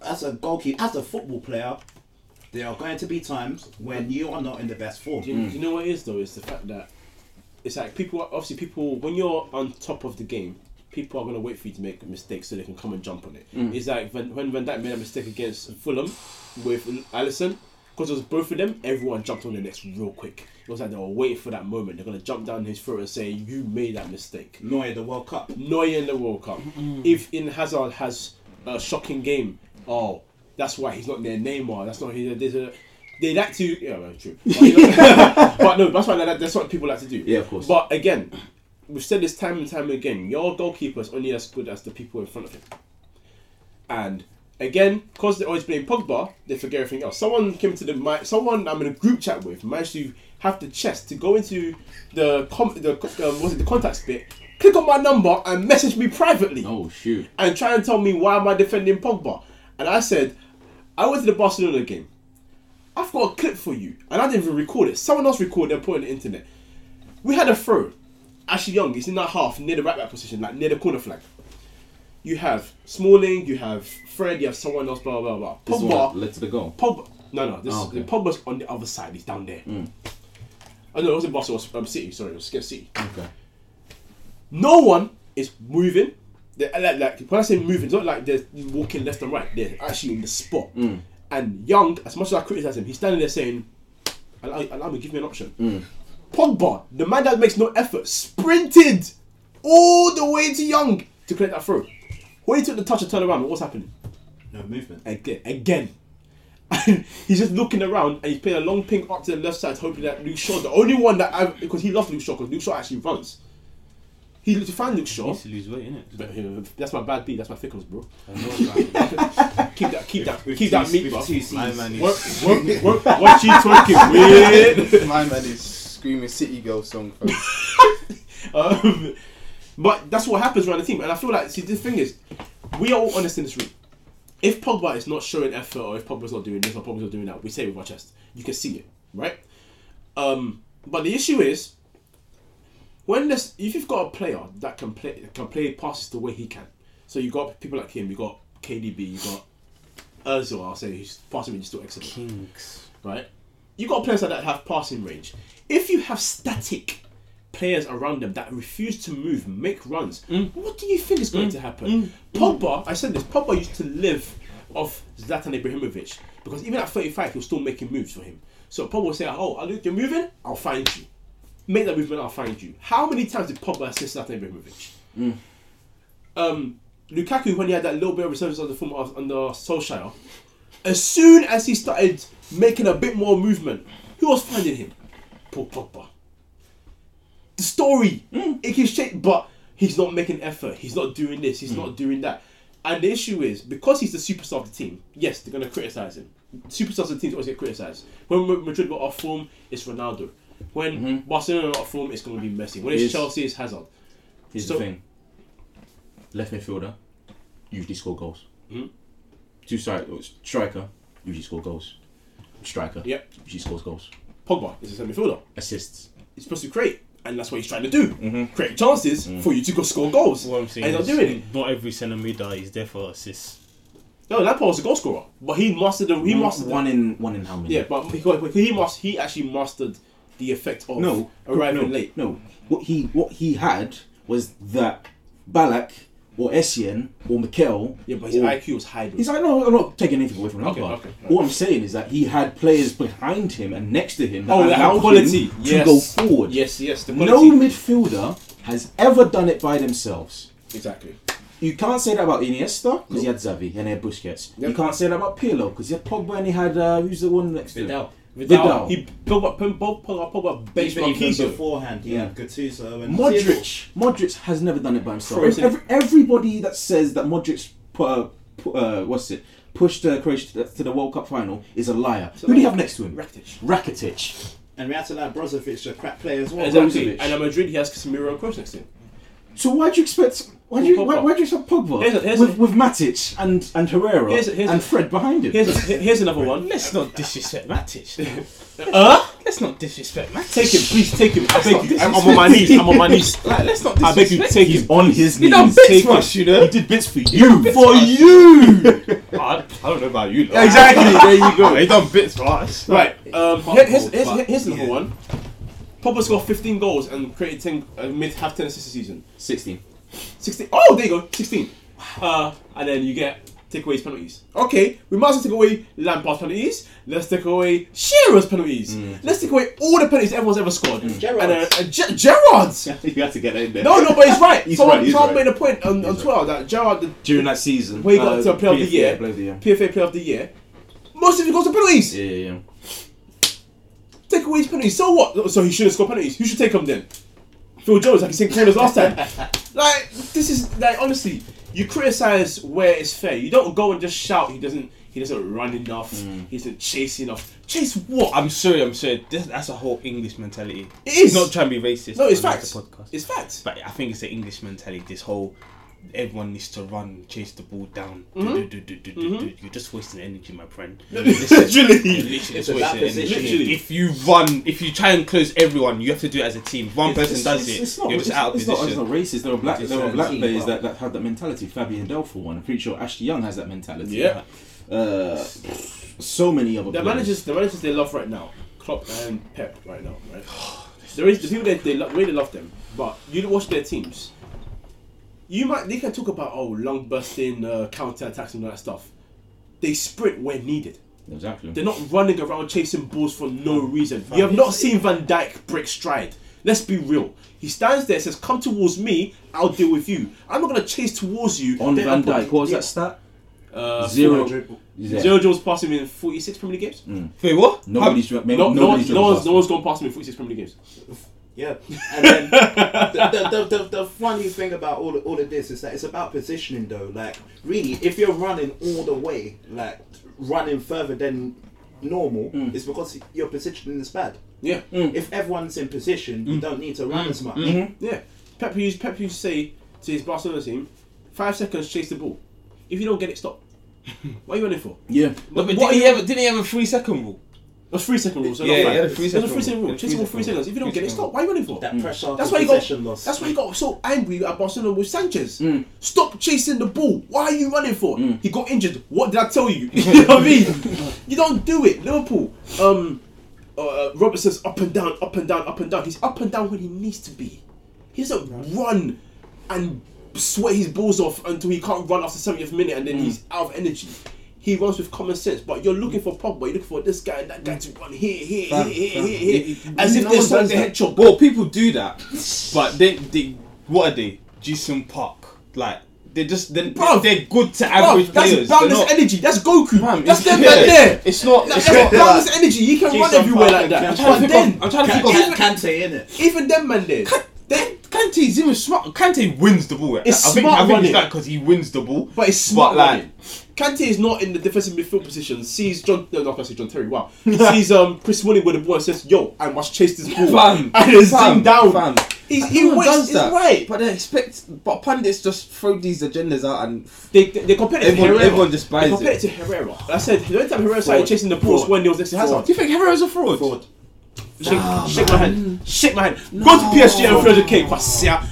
as a goalkeeper, as a football player, there are going to be times when you are not in the best form.
Do you,
Mm.
do you know what it is though? It's the fact that it's like people. Obviously, people when you're on top of the game, people are gonna wait for you to make a mistake so they can come and jump on it.
Mm.
It's like when when Van Dijk made a mistake against Fulham with Allison. Because it was both of them, everyone jumped on the next real quick. It was like they were waiting for that moment. They're gonna jump down his throat and say, "You made that mistake."
Neuer, the World Cup.
Neuer in the World Cup. If in Hazard has a shocking game, oh, that's why he's not their Neymar. That's not his. There's a, they like to. Yeah, well, true. But, you know- but no, that's why that's what people like to do.
Yeah, of course.
But again, we've said this time and time again. Your goalkeeper is only as good as the people in front of him. And again, because they always blame Pogba, they forget everything else. Someone came to the my, someone I'm in a group chat with managed to have the chest to go into the com, the co- um, was it the contacts bit, click on my number and message me privately
Oh shoot.
and try and tell me why am I defending Pogba? And I said, I went to the Barcelona game. I've got a clip for you, and I didn't even record it. Someone else recorded and put it on the internet. We had a throw. Ashley Young is in that half near the right back position, like near the corner flag. You have Smalling, you have Fred, you have someone else, blah blah blah.
This is what
Pogba,
led to the goal.
Pogba. No, no, this
Oh, okay. Mm.
Pogba's on the other side. He's down there. Oh no, it wasn't Barcelona. it was, Um, City. Sorry, it was Skip City.
Okay.
No one is moving. They're, like, like when I say moving, it's not like they're walking left and right. They're actually in the spot.
Mm.
And Young, as much as I criticize him, he's standing there saying, "Allow, allow me, give me an option."
Mm.
Pogba, the man that makes no effort, sprinted all the way to Young to collect that throw. When he took the touch and turned around, what's happening?
No movement.
again, again. And he's just looking around and he's playing a long ping up to the left side, hoping that Luke Shaw, the only one that I, because he loves Luke Shaw, because Luke Shaw actually runs. He looked to find Luke Shaw.
needs to lose weight, innit?
But, you know, that's my bad B. That's my thickums, bro.
I know, man.
Keep that, keep that,
With
keep
two-
that meat,
with
bro.
two Cs.
My man is-
Work, work, work. What you talking weird?
My man is screaming City Girl song. fam.
Um, But that's what happens around the team. And I feel like, see, the thing is, we are all honest in this room. If Pogba is not showing effort, or if Pogba's not doing this, or Pogba's not doing that, we say it with our chest. You can see it, right? Um, but the issue is, when this, if you've got a player that can play can play passes the way he can, so you got people like him, you got KDB, you got Özil. I'll say his passing range is still excellent,
Kinks.
right? You got players like that have passing range. If you have static players around them that refuse to move, make runs, what do you think is going to happen? Pogba, I said this. Pogba used to live off Zlatan Ibrahimovic because even at 35, he was still making moves for him. So Pogba would say, "Oh, I look, you're moving. I'll find you." make that movement, I'll find you. How many times did Pogba assist that Ibrahimovic? Um, Lukaku, when he had that little bit of resurgence under form of under Solskjaer, as soon as he started making a bit more movement, who was finding him? Paul Pogba. The story it can shape, but he's not making effort. He's not doing this. He's not doing that. And the issue is because he's the superstar of the team. Yes, they're gonna criticize him. Superstars of the teams always get criticized. When Ma- Madrid got off form, it's Ronaldo. When Barcelona are off form, it's gonna be Messi. When it's
Yes.
Chelsea, it's Hazard.
Here's
So-
the thing. Left midfielder usually score goals.
Mhm.
Two side striker usually score goals. Striker
Yep.
usually scores goals.
Pogba is a centre midfielder.
Assists.
He's supposed to create, and that's what he's trying to do:
Mm-hmm.
create chances
Mm.
for you to go score goals.
What I'm saying
and
is,
he's not doing it.
not every centimeter is there for assists.
No, Lampard was a goal scorer, but he mastered the he mastered the-
one in one in how many?
Yeah, but because he must he actually mastered the effect of
No,
arriving
no,
late.
No, what he what he had was that Balak or Essien or Mikel.
Yeah, but
Oh.
his
or,
IQ was high. though.
He's like, no, I'm not taking anything away from Lampard.
okay, okay.
All I'm saying is that he had players behind him and next to him that
Oh, that
allowed
had quality.
him to
Yes.
go forward.
yes, yes, the
no
quality.
midfielder has ever done it by themselves.
exactly.
You can't say that about Iniesta because he had Xavi and he had Busquets. You can't say that about Pirlo because he had Pogba and he had uh, who's the one next to him?
Vidal.
Vidal.
Vidal. He built up, Pogba, Pogba, Pogba, bench
Even
Marquinhos.
beforehand, yeah. Gattuso and
Modric. Modric has never done it by himself.
Croatia.
Every, everybody that says that Modric, pu- uh, pu- uh, what's it, pushed uh, Croatia to the, to the World Cup final is a liar. Who do you have next to him?
Rakitic.
Rakitic.
And we had to like Brozovic, a crap player as well.
Exactly.
Brozovic.
And at Madrid, he has Casemiro and Kroos next to him.
So why do you expect? Why do you,
Pogba.
why, why do you expect Pogba
Here's a- here's
with,
a-
with Matic and and Herrera
Here's a- here's a-
and Fred behind him?
Here's a, here's another one.
Let's not disrespect Matic.
Uh?
Let's not disrespect Matic.
Take him, please take him. I beg you. I'm,
disrespect
I'm on my knees. I'm on my knees.
Like, let's not disrespect
I beg you, take
him.
him.
on his
He done bits for us, you know.
did bits for you. For you.
I, I don't know about you. Like,
exactly. There you go.
He done bits for us.
Right. Um,
Hot
here- here's,
goal,
here's,
but-
here's another
yeah.
one. Pogba scored 15 goals and created 10, uh, mid half 10 assists this season.
Sixteen.
16. Oh, there you go. 16. Uh, and then you get take away his penalties. Okay, we might as well take away Lampard's penalties. Let's take away Shearer's penalties.
Mm.
Let's take away all the penalties everyone's ever scored.
Gerrard's.
And, uh, and Ge- Gerrard's.
you had to get that in there.
No, no, but he's right.
He's
someone
right, he's
someone
right.
made a point on, on Twitter that uh, Gerrard, the
During that season,
way he got to Player of the
PFA,
Year,
Player of the year.
PFA Player of the Year, most of it goes to penalties.
Yeah, yeah, yeah.
Take away his penalties. So what? So he shouldn't score penalties. Who should take them then? Phil Jones, like he said corners last time. like this is like honestly, you criticize where it's fair. You don't go and just shout he doesn't he doesn't run enough,
Mm.
he doesn't chase enough. Chase what?
I'm sorry, I'm sorry. This, that's a whole English mentality.
It is.
not trying to be racist.
no, it's
on
facts.
the Podcast.
It's facts.
but I think it's the English mentality. This whole everyone needs to run, chase the ball down.
Mm-hmm.
Do, do, do, do, do, do, do. You're just wasting energy, my friend. This is- you're
Literally.
literally
It's
just
a bad
wasting energy.
position.
Literally.
If you run, if you try and close everyone, you have to do it as a team. One person
it's,
does it,
It's not,
you're just
it's,
out of
it's not, it's
position.
not racist. There are black, there are
It's
black
not
players
racist.
that, that have that mentality. Fabian Del for one. I'm pretty sure Ashley Young has that mentality.
Yeah.
Uh, so many other
The
players.
managers, the managers they love right now, Klopp and Pep right now, right? There is the people that they lo- really love them, but you watch their teams. You might they can talk about oh long busting, uh, counter attacks and all that stuff. They sprint where needed.
Exactly.
They're not running around chasing balls for no reason. You have not seen Van Dijk break stride. Let's be real. He stands there, says, "Come towards me. I'll deal with you. I'm not gonna chase towards you."
On
Then
Van
I'll put-
Dyke, what was
Yeah.
that stat?
Uh,
Zero. Yeah.
Zero Jones passed him in 46 Premier League games.
Wait, what?
Nobody's, no,
No,
nobody's
no, one's, no,
dribbling
one's,
past
no
him.
one's gone past me in 46 Premier League games.
Yeah, and then the, the, the, the, the funny thing about all of, all of this is that it's about positioning, though. Like, really, if you're running all the way, like running further than normal, it's because your positioning is bad.
Yeah, Mm-hmm.
If everyone's in position, you don't need to run as much.
yeah. Pep used Pep used to say to his Barcelona team, five seconds chase the ball. If you don't get it, stop. what are you running for?
Yeah.
But
But, what
didn't
are
he
you?
have? a- Didn't he have a three second rule?
It was three second rule. So
Yeah,
not
yeah,
five.
he had a three
It was
second
a three second
rule.
rule. Chase the ball three seconds. If you don't
Three
get it,
second
stop. What are you running for?
That pressure.
That's
to
why you got.
possession loss.
That's why you got so angry at Barcelona with Sanchez. Stop chasing the ball. Why are you running for? He got injured. What did I tell you? you know what I mean? You don't do it, Liverpool. Um, uh, Robertson's up and down, up and down, up and down. He's up and down when he needs to be. He doesn't run and sweat his balls off until he can't run after 70th minute and then he's out of energy. He runs with common sense, but you're looking for Pogba, you're looking for this guy and that guy to run here, here, here, here, here, here, as if
No
they're
one
Sonic
does
the
that.
Hedgehog.
Well, people do that, but they, they what are they? Jason Park, like they're just they're,
Bruv.
they're good to
Bruv,
average
that's
players. They're
boundless
not-
energy. That's Goku.
Fam,
that's
it's-
them
yeah.
right there.
It's not.
That's
It's not
boundless energy. He can run
Jason
everywhere like
Park
that.
I'm trying to
But
think of.
then,
I'm trying to think of.
Can- Kante in it.
even them man there, they,
Kante's even smart. Kante wins the ball.
It's
I think,
smart
I think
running.
it's that because he wins the ball.
but it's smart.
like,
running. Kante is not in the defensive midfield position. Sees John, no, not gonna say John Terry. Wow, sees um Chris Woody with the ball and says, "Yo, I must chase this ball."
Fam,
and it's
fam,
zing down.
fam.
He's,
No
he
one
wins.
does
It's
that.
right.
But they expect. But pundits just throw these agendas out and. f-
They, they, they compared it
Everyone-
to Herrera.
everyone just buys
they compared
it.
it. to Herrera. I said the only time Herrera started chasing the ball was when he was next to Hazard.
Do you think Herrera's a fraud? fraud.
Shake, shake my hand. Shake my hand. Go to PSG and 300k. Kwasia.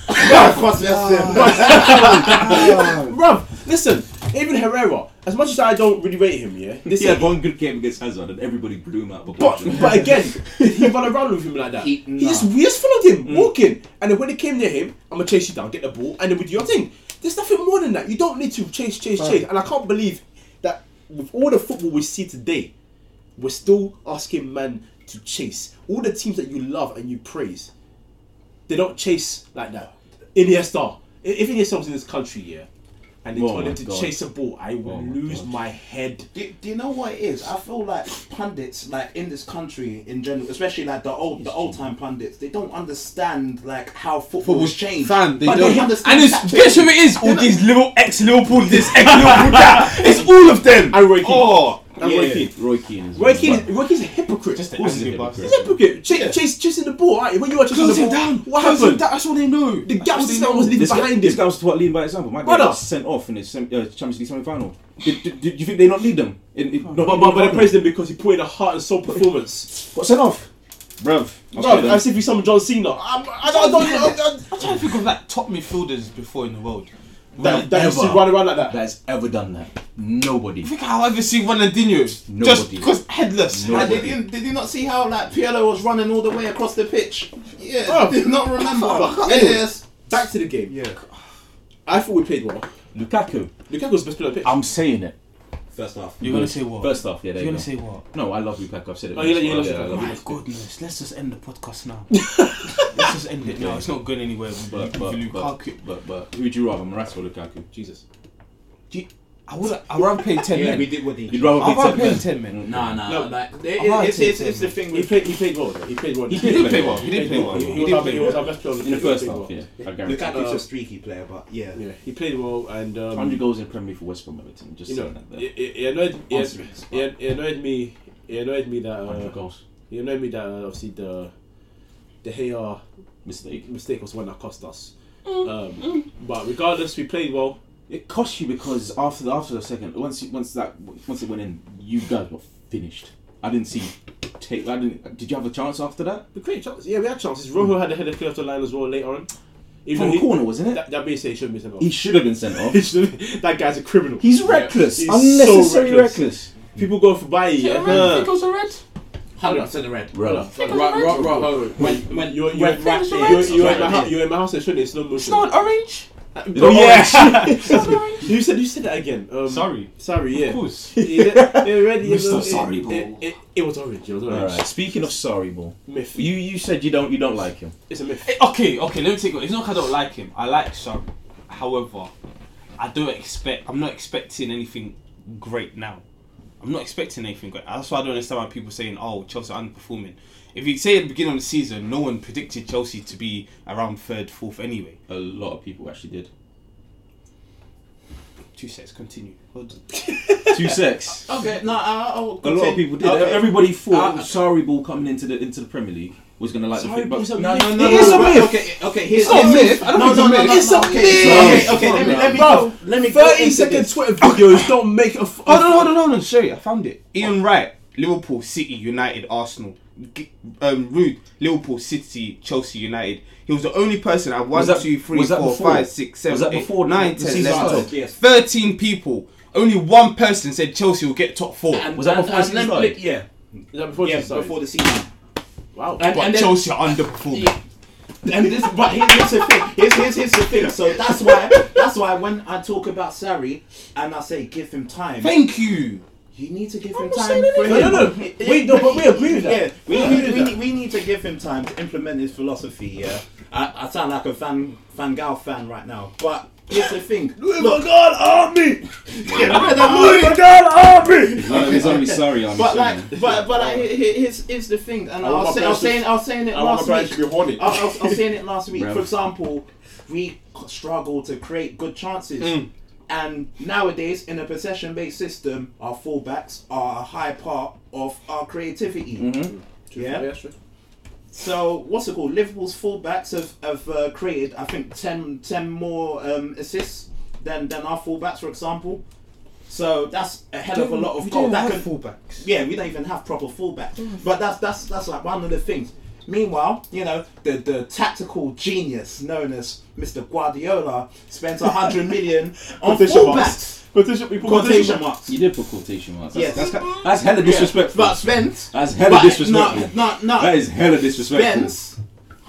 Bruv, listen. Even Herrera, as much as I don't really rate him, yeah. This
He had one good game against Hazard and everybody blew him out.
but, but again, did he run around with him like that? He,
He-
just we just followed him
Mm.
walking, and then when he came near him, I'm gonna chase you down, get the ball, and then we do your thing. There's nothing more than that. You don't need to chase, chase, chase. And I can't believe that with all the football we see today, we're still asking man to chase. All the teams that you love and you praise, they don't chase like that. Iniesta, I- if Iniesta was in this country, yeah, and they told
my
him to
God.
chase a ball, I will lose my head.
Do, do you know what it is? I feel like pundits, like in this country in general, especially like the old, the old time pundits, they don't understand like how football has changed.
Fam, they
but
don't.
they understand
and it's
tactics.
guess who it is? All these little ex Liverpool, this ex Liverpool, that. It's all of them.
And Roy Keane.
Oh,
And Roy Keane.
Roy Keane is
Roy Keane, Roy Keane's a hypocrite.
a
Angry
hypocrite.
bastard.
He's a hypocrite. Chase, chase, chasing the ball. Right? When you were chasing
close
the
him
ball,
down.
what
Close him
happened?
down. That's all they know.
The gap
That's all they
system
know.
was leaving
This guy,
behind
this
him.
guy was taught leading by example. My guy
Brother.
got sent off in the sem- uh, Champions League semi-final. Did, did, did you think they not lead them? In, in,
But, but, but they praised him because he put in a heart and soul performance.
got sent off, bruv.
Bro, as if he's some John Cena. Ah, I'm, I don't, I don't, I don't,
I'm trying to think of like top midfielders before in the world.
that, that used to run around like that.
has ever done that. Nobody.
I think I'll ever see Ronaldinho just
Nobody.
because headless.
Like,
Nobody.
did, you, did you not see how like Pirlo was running all the way across the pitch? Yeah,
Bruv.
did not remember.
Bruv.
Yes.
Back to the game. Yeah. I thought we played well.
Lukaku.
Lukaku's the best player on the pitch.
I'm saying it.
First half.
You're gonna say what?
First off, yeah, there
You're
you
gonna
go.
say what?
No, I love Lukaku. I've said it.
Oh, you like- you
once,
love
but,
Lukaku.
yeah, I
My
love
goodness, let's just end the podcast now. let's just end it now. It's not going anywhere. With,
But,
with
but, but,
Lukaku.
but, but who would you rather, Morata or Lukaku?
Jesus.
Do you-
I would. I rather pay ten
Yeah,
men.
we did what they.
You'd rather
I'd rather
be
pay
10
ten men.
Nah, nah,
No.
like
I'll
it's, it's,
take
it's,
it,
it's the thing
He
with
played, he played well. though. He played well. He
did play well. He did play well.
He
He
was
did
our-
play
he was our best player on
in the
pitch.
first
He played
half.
well.
Yeah, I guarantee. it.
Lukaku's a streaky player, but yeah.
Yeah, he played well and. um,
100 goals in the Premier League for West Brom Everton. Just
you know,
saying that. there.
it, it, it annoyed it,
Nonsense.
it, it annoyed me. It annoyed me that
100
uh,
goals.
it annoyed me that uh, obviously the the Gea
Mistake.
mistake was one that cost us. Um, but regardless, we played well.
It cost you because after the, after the second, once you, once that once it went in, you guys were finished. I didn't see you take. I didn't. Did you have a chance after that?
We created chances. Yeah, we had chances. Rojo had a header clear off the line as well later on. Even
From
though
a
he-
corner, wasn't it?
That, that being said, he shouldn't be sent off.
he should have been sent off.
He shouldn't- that guy's a criminal.
He's reckless,
He's
unnecessarily
so
reckless.
reckless. People go for Baye. Yeah, huh.
Hundred percent the red.
Bro,
Right, right, right, right. When when
You're, you're,
when right
you're,
there,
you're, you're, in my
right
house,
there.
you're in my house and showing it in slow motion.
orange.
Oh, yeah. you said you said that again. Um,
Sorry.
Sorry, yeah.
Of course.
Yeah, yeah, red, yeah,
Mr.
no, it-
Sorry
it-
Ball.
It, it, it was orange. It was orange.
All right. Speaking of sorry, ball.
Myth.
You you said you don't you don't like him.
it's a myth.
Eh, Okay, okay. Let me take it. It's not 'cause I don't like him. I like Shaq. However, I don't expect. I'm not expecting anything great now. I'm not expecting anything great. That's why I don't understand why people saying, "Oh, Chelsea are underperforming." If you say at the beginning of the season, no one predicted Chelsea to be around third, fourth anyway.
A
Uh,
lot of people actually did.
Two sets. Continue. Hold on.
Two sex.
Okay, no, I, I will
A lot of people did.
Okay.
Everybody thought
Uh,
sorry ball coming into the into the Premier League
was going to like
Sorry,
the
but
fit.
it's
But
a
no,
myth.
no,
It
no,
is
no.
a myth.
Okay, okay, here's
It's not a myth. I don't think it's a myth.
It's a myth.
myth.
Okay, okay, let me let me
Bruv,
go. Let me go
30
into
second
this.
Twitter videos don't make a. F-
Hold on, hold on, hold on. Sorry, I found it. Ian Wright, Liverpool, City, United, Arsenal. G- um, Rude, Liverpool, City, Chelsea, United. He was the only person at one,
Was that-
two, three,
was that
four,
before?
five, six, seven,
Was that
eight,
before
nine,
the
ten,
season
eleven,
started?
twelve.
Yes.
Thirteen people. Only one person said Chelsea will get top four.
Was that before
And
season
let me-
started?
Yeah,
Is that before
yeah,
you started?
before the season.
Wow.
And,
but
and then,
Chelsea are underperforming.
Yeah. and this, but here- here's the thing. Here's, here's, here's the thing. So that's why, that's why when I talk about Sari and I say give him time,
Thank you.
you need to give him
not
time.
saying
for
anything.
him.
No, no, no.
It-
We-
it-
no, but we agree with that.
Yeah, we,
We agree
need,
with
we,
that.
need, we need to give him time to implement his philosophy. Yeah, I, I sound like a fan, Van Gaal fan right now, but here's the thing. Look,
God, arm me!
but
God, arm me!
No, There's only sorry on this, you know.
like, but but like, here- here- here's here's the thing, and I
want
was
my
say- I was
parents to-
saying I was saying it
I want my
last
parents
week. Ah,
to be horny.
I, I, was, I was saying it last week.
Bruv.
For example, we struggle to create good chances. And nowadays, in a possession based system, our fullbacks are a high part of our creativity. Yeah. So, what's it called? Liverpool's fullbacks have, have uh, created, I think, 10, 10 more um, assists than, than our fullbacks, for example. So, that's a hell of a lot of goals. That could,
fullbacks.
yeah, we don't even have proper fullbacks. But that's that's that's like one of the things. Meanwhile, you know, the, the tactical genius known as Mr. Guardiola spent a hundred million on fullbacks.
Quotation, we put
Quotation marks.
You did put quotation marks. That's,
Yes.
that's, that's hella disrespectful.
But spent
That's hella
but
disrespectful.
No, no,
that
no.
is hella disrespectful.
Spends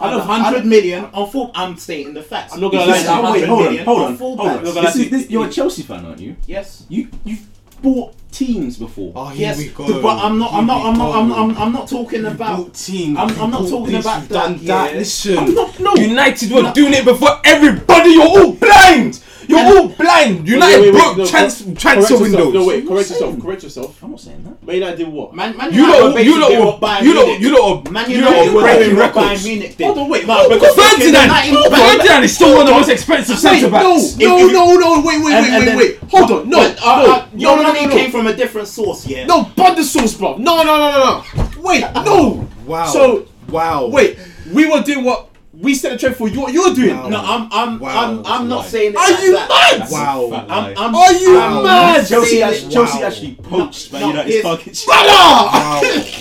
a hundred million on full. I'm stating the facts.
I'm not gonna lie
Spent
to you.
a
Wait,
hundred
hold on,
million
hold on, hold
fullbacks.
on. This is, this, you're a Chelsea fan, aren't you?
Yes.
You you've bought teams before.
Oh, here
Yes,
we go.
but I'm not. I'm
Here
not.
we
I'm not. I'm,
go.
I'm, I'm not talking
You
about.
bought teams,
I'm-
you
I'm not
bought
talking
this,
about
you've
that,
done
yeah.
Listen,
I'm not- no.
United were
No.
doing it before everybody. You're all blind. You're all blind. United
wait, wait,
broke
no,
trans-
correct-
transfer
correct yourself.
windows.
No, wait, correct yourself, correct yourself.
I'm not saying that.
Man United did what?
Man, man
You
United
know,
were
you
basically
know,
what Bayern
you know,
Munich-
you know,
Man
you know,
United were
breaking
doing what Bayern
records.
Munich did.
Hold on, wait,
But
no,
because
Ferdinand,
United-
oh,
but-
Ferdinand is still one of the most expensive centre backs.
no, If you-
no, no, wait, wait,
and- and then-
Hold on, no,
but, uh, uh,
no,
your
no, no,
money
no, no.
came from a different source, yeah.
No, but the sauce, bro. No, no, no, no, no. Wait, no.
Wow.
So
wow.
wait, we were doing what we set a trend for. You, what you're doing.
Wow.
no, I'm, I'm,
Wow,
I'm, I'm not
that's
saying it
Are
like
you
that.
mad?
Wow.
I'm, I'm,
Are you
I'm
mad?
not
Chelsea,
saying
actually,
it-
Chelsea actually poached Man
no,
United's target.
it's-
Brother,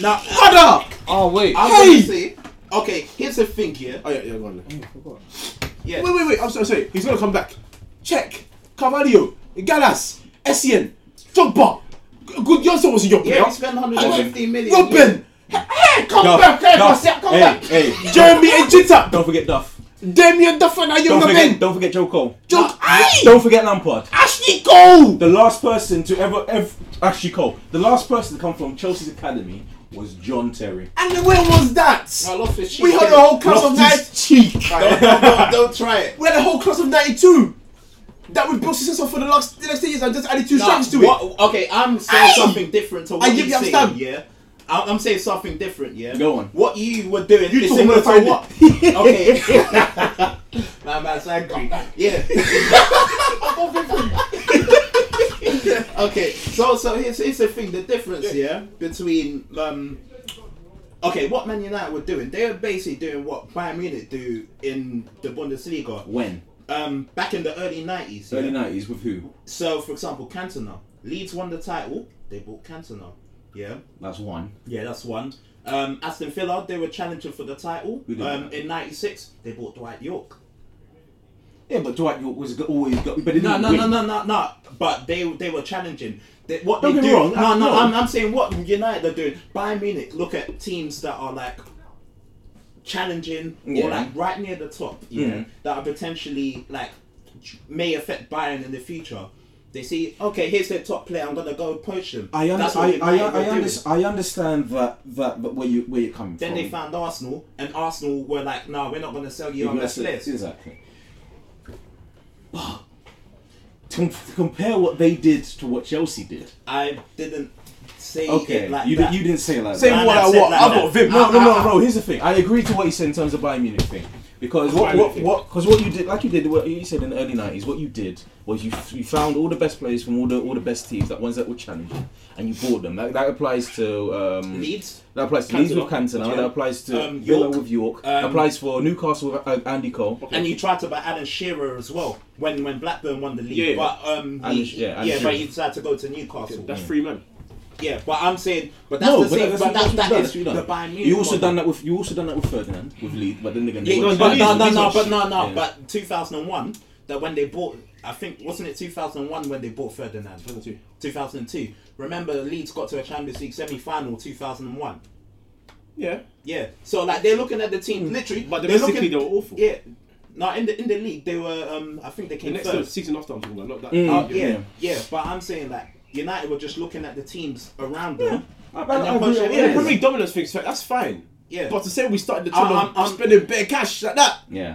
No,
brother.
Oh wait.
I'm
Hey!
gonna say, okay, here's the thing, yeah.
Oh yeah, yeah, go on. then.
yeah.
Wait, wait, wait. I'm sorry, sorry. He's gonna come back. Check. Carvalho, Galas, Essien, Jogba. Good Johnson was in your player.
Yeah, we spent 150 million.
Robin. Hey, come
Duff,
back, hey,
Duff,
Marcia, come
hey,
back.
hey.
Jeremy Ejita,
Don't forget Duff.
Damien Duffin, are you
Don't
the
forget,
man?
don't forget Joe Cole.
Jog, aye.
Don't forget Lampard.
Ashley Cole.
The last person to ever, ever actually Cole. The last person to come from Chelsea's academy was John Terry.
And when was that?
I lost his
We
shit.
had a whole class of
Lost
nine.
his cheek.
Don't, don't, don't try it.
We had a whole class of 92 that would build success for the last the next 10 years and just added two
No,
strikes to it.
what- Okay, I'm saying
Aye.
something different to what
I
you're
give you
saying.
understand.
Yeah, I- I'm saying something different. Yeah,
Go on.
What you were doing
You
is
took
similar to
my friend.
what? Okay. My man's angry. Yeah. okay, so so here's here's the thing. The difference yeah between um. Okay, what Man United were doing, they were basically doing what Bayern Munich do in the Bundesliga
When?
um, back in the early 90s. yeah?
Early 90s with who?
So, for example, Cantona. Leeds won the title. They bought Cantona. Yeah.
That's one.
Yeah, that's one. Um, Aston Villa, they were challenging for the title
Who did
um,
that?
in '96. They bought Dwight York.
Yeah, but Dwight York was go- always got. But they
No,
didn't
no,
win.
no, no, no, no. But they they were challenging. They, what
Don't
they
get me
do?
wrong,
no,
I'm
no.
wrong.
I'm, I'm saying what United are doing. Bayern Munich. Look at teams that are like challenging
Yeah.
or like right near the top. Yeah,
Mhm.
that are potentially like may affect Bayern in the future. They see, okay, here's their top player. I'm gonna go poach them.
I, under,
That's
I,
what
I,
United
I,
were doing.
under, I understand that, that, but where, you, where you're coming
Then
from.
they found Arsenal, and Arsenal were like, "No, we're not going to sell you on this
Exactly.
list."
Exactly. But to, to compare what they did to what Chelsea did,
I didn't say
Okay,
it like
you,
that.
di- you didn't say it like
Say
that.
Man,
what I
that's it,
want.
like
I
that.
got Vim. No,
Ah,
no, no,
ah,
no. Here's the thing. I agree to what you said in terms of Bayern Munich thing because what,
Bayern
what,
Munich
what, because what you did, like you did, what you said in the early '90s, what you did was you you found all the best players from all the all the best teams, that ones that were challenging, and you bought them. That, that applies to um,
Leeds.
That applies to Leeds with
Cantona.
Cantona. That applies to
Um,
Villa
York.
with York.
Um,
applies for Newcastle with uh, Andy Cole.
And you tried to buy Alan Shearer as well when when Blackburn won the league.
Yeah.
But um,
Alan
he-
Sh- yeah, Alan
yeah,
Shearer.
but he decided to go to Newcastle.
That's three men.
yeah, but I'm saying, but that's
no,
the
but
same.
that's
But
what- that's
that,
what you've
that is
done.
the Bayern Munich.
You also
model.
done that with you also done that with Ferdinand with Leeds, but then again, they
Yeah,
weren't
but
challenging.
no, no,
Leeds
no,
weren't
but no, no,
Yeah.
but 2001, that when they bought, I think, wasn't it 2001 when they bought Ferdinand?
2002.
2002. Remember, Leeds got to a Champions League semi final 2001.
Yeah.
Yeah, so like they're looking at the team
Mm.
literally,
But
they're
domestically,
looking-
they were awful.
Yeah, no, in the in the league they were. Um, I think they
The
came
next
first.
season after I'm talking about, not that.
Uh,
yeah.
yeah,
Yeah.
yeah, But I'm saying like United were just looking at the teams around them.
I- I-
And
I
then punch
agree.
it
Yeah, the
in.
Premier League dominance thing's fair, that's fine.
Yeah.
But to say we started the
I'm-
tournament, I'm,
I'm- I'm-
spending bare cash like that.
Yeah.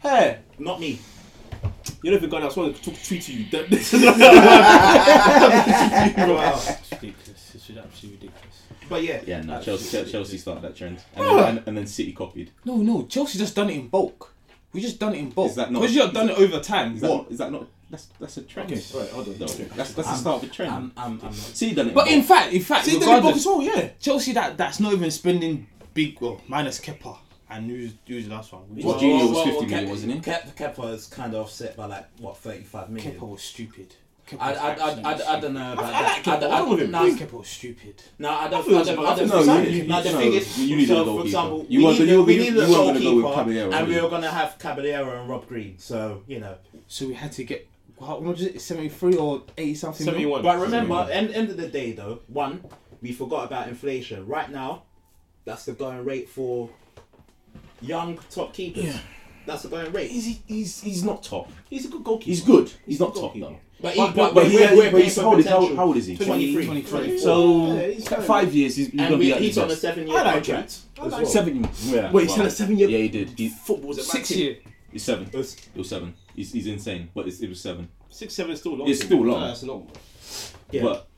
Hey,
Not me.
you don't even go down. Someone talk tweet to you. This is not-
ridiculous. This is absolutely ridiculous.
But yeah,
Yeah, no, Chelsea, Chelsea started that trend. And, then, and, and then City copied.
No, no, Chelsea just done it in bulk. We just done it in bulk.
Is that not-
Because you've done it over time.
Is that,
what?
is that not. That's, that's a trend.
Okay, right, hold on.
No,
Okay.
that's, that's the start of a trend.
I'm, I'm, I'm not.
City done it.
But in fact, in fact,
See, then
regardless,
as well, yeah.
Chelsea that that's not even spending big. Well, minus Kepa and who's who's the last one?
Well,
Kepa
Junior was 50 million, wasn't he?
Kep, Kepa is kind of offset by like what 35 million.
was stupid. Kepa
I,
was
I, I,
absolutely
I, I don't know about
I like
that.
Kepa,
I,
I
I,
don't know him.
no,
stupid. Kepa was stupid.
no, I don't.
feel
I
it's
don't.
about
I don't.
the
No,
same.
you,
You-
no, the
you
thing
know,
is,
you need a
so
goalkeeper.
for example,
You
we
weren't-
need,
you-
a- we
you-
needed
you
a
weren't gonna go with
goalkeeper,
Caballero,
and
were
we
you?
were gonna have Caballero and Rob Green. So you know,
So we had to get how much is it? Seventy three or eighty something. mil?
71.
But remember, end, end of the day though, one, we forgot about inflation. Right now, that's the going rate for young top keepers. That's the going rate.
He's, he's, he's not top.
He's a good goalkeeper.
He's good. He's not top though.
But,
But, but, but, he,
we're- we're
but he's
paying
how old, is,
for
how,
potential.
how old is he?
23.
23.
So
Yeah, he's
at
fine.
five years, he's, he's going to
And
be
we,
at
he's
his
on a
best.
seven year
I like
contract.
him. I like
as well.
Seven. Yeah.
Wait, he's on a seven-year-
Yeah, he did. He's,
Football's a
Six
bad team.
year.
He's seven. It
It's-
was seven. He's, he's insane, but it's, it was seven.
Six, seven is still long.
It's
to me.
still long.
Nah, it's long.
Yeah.
But,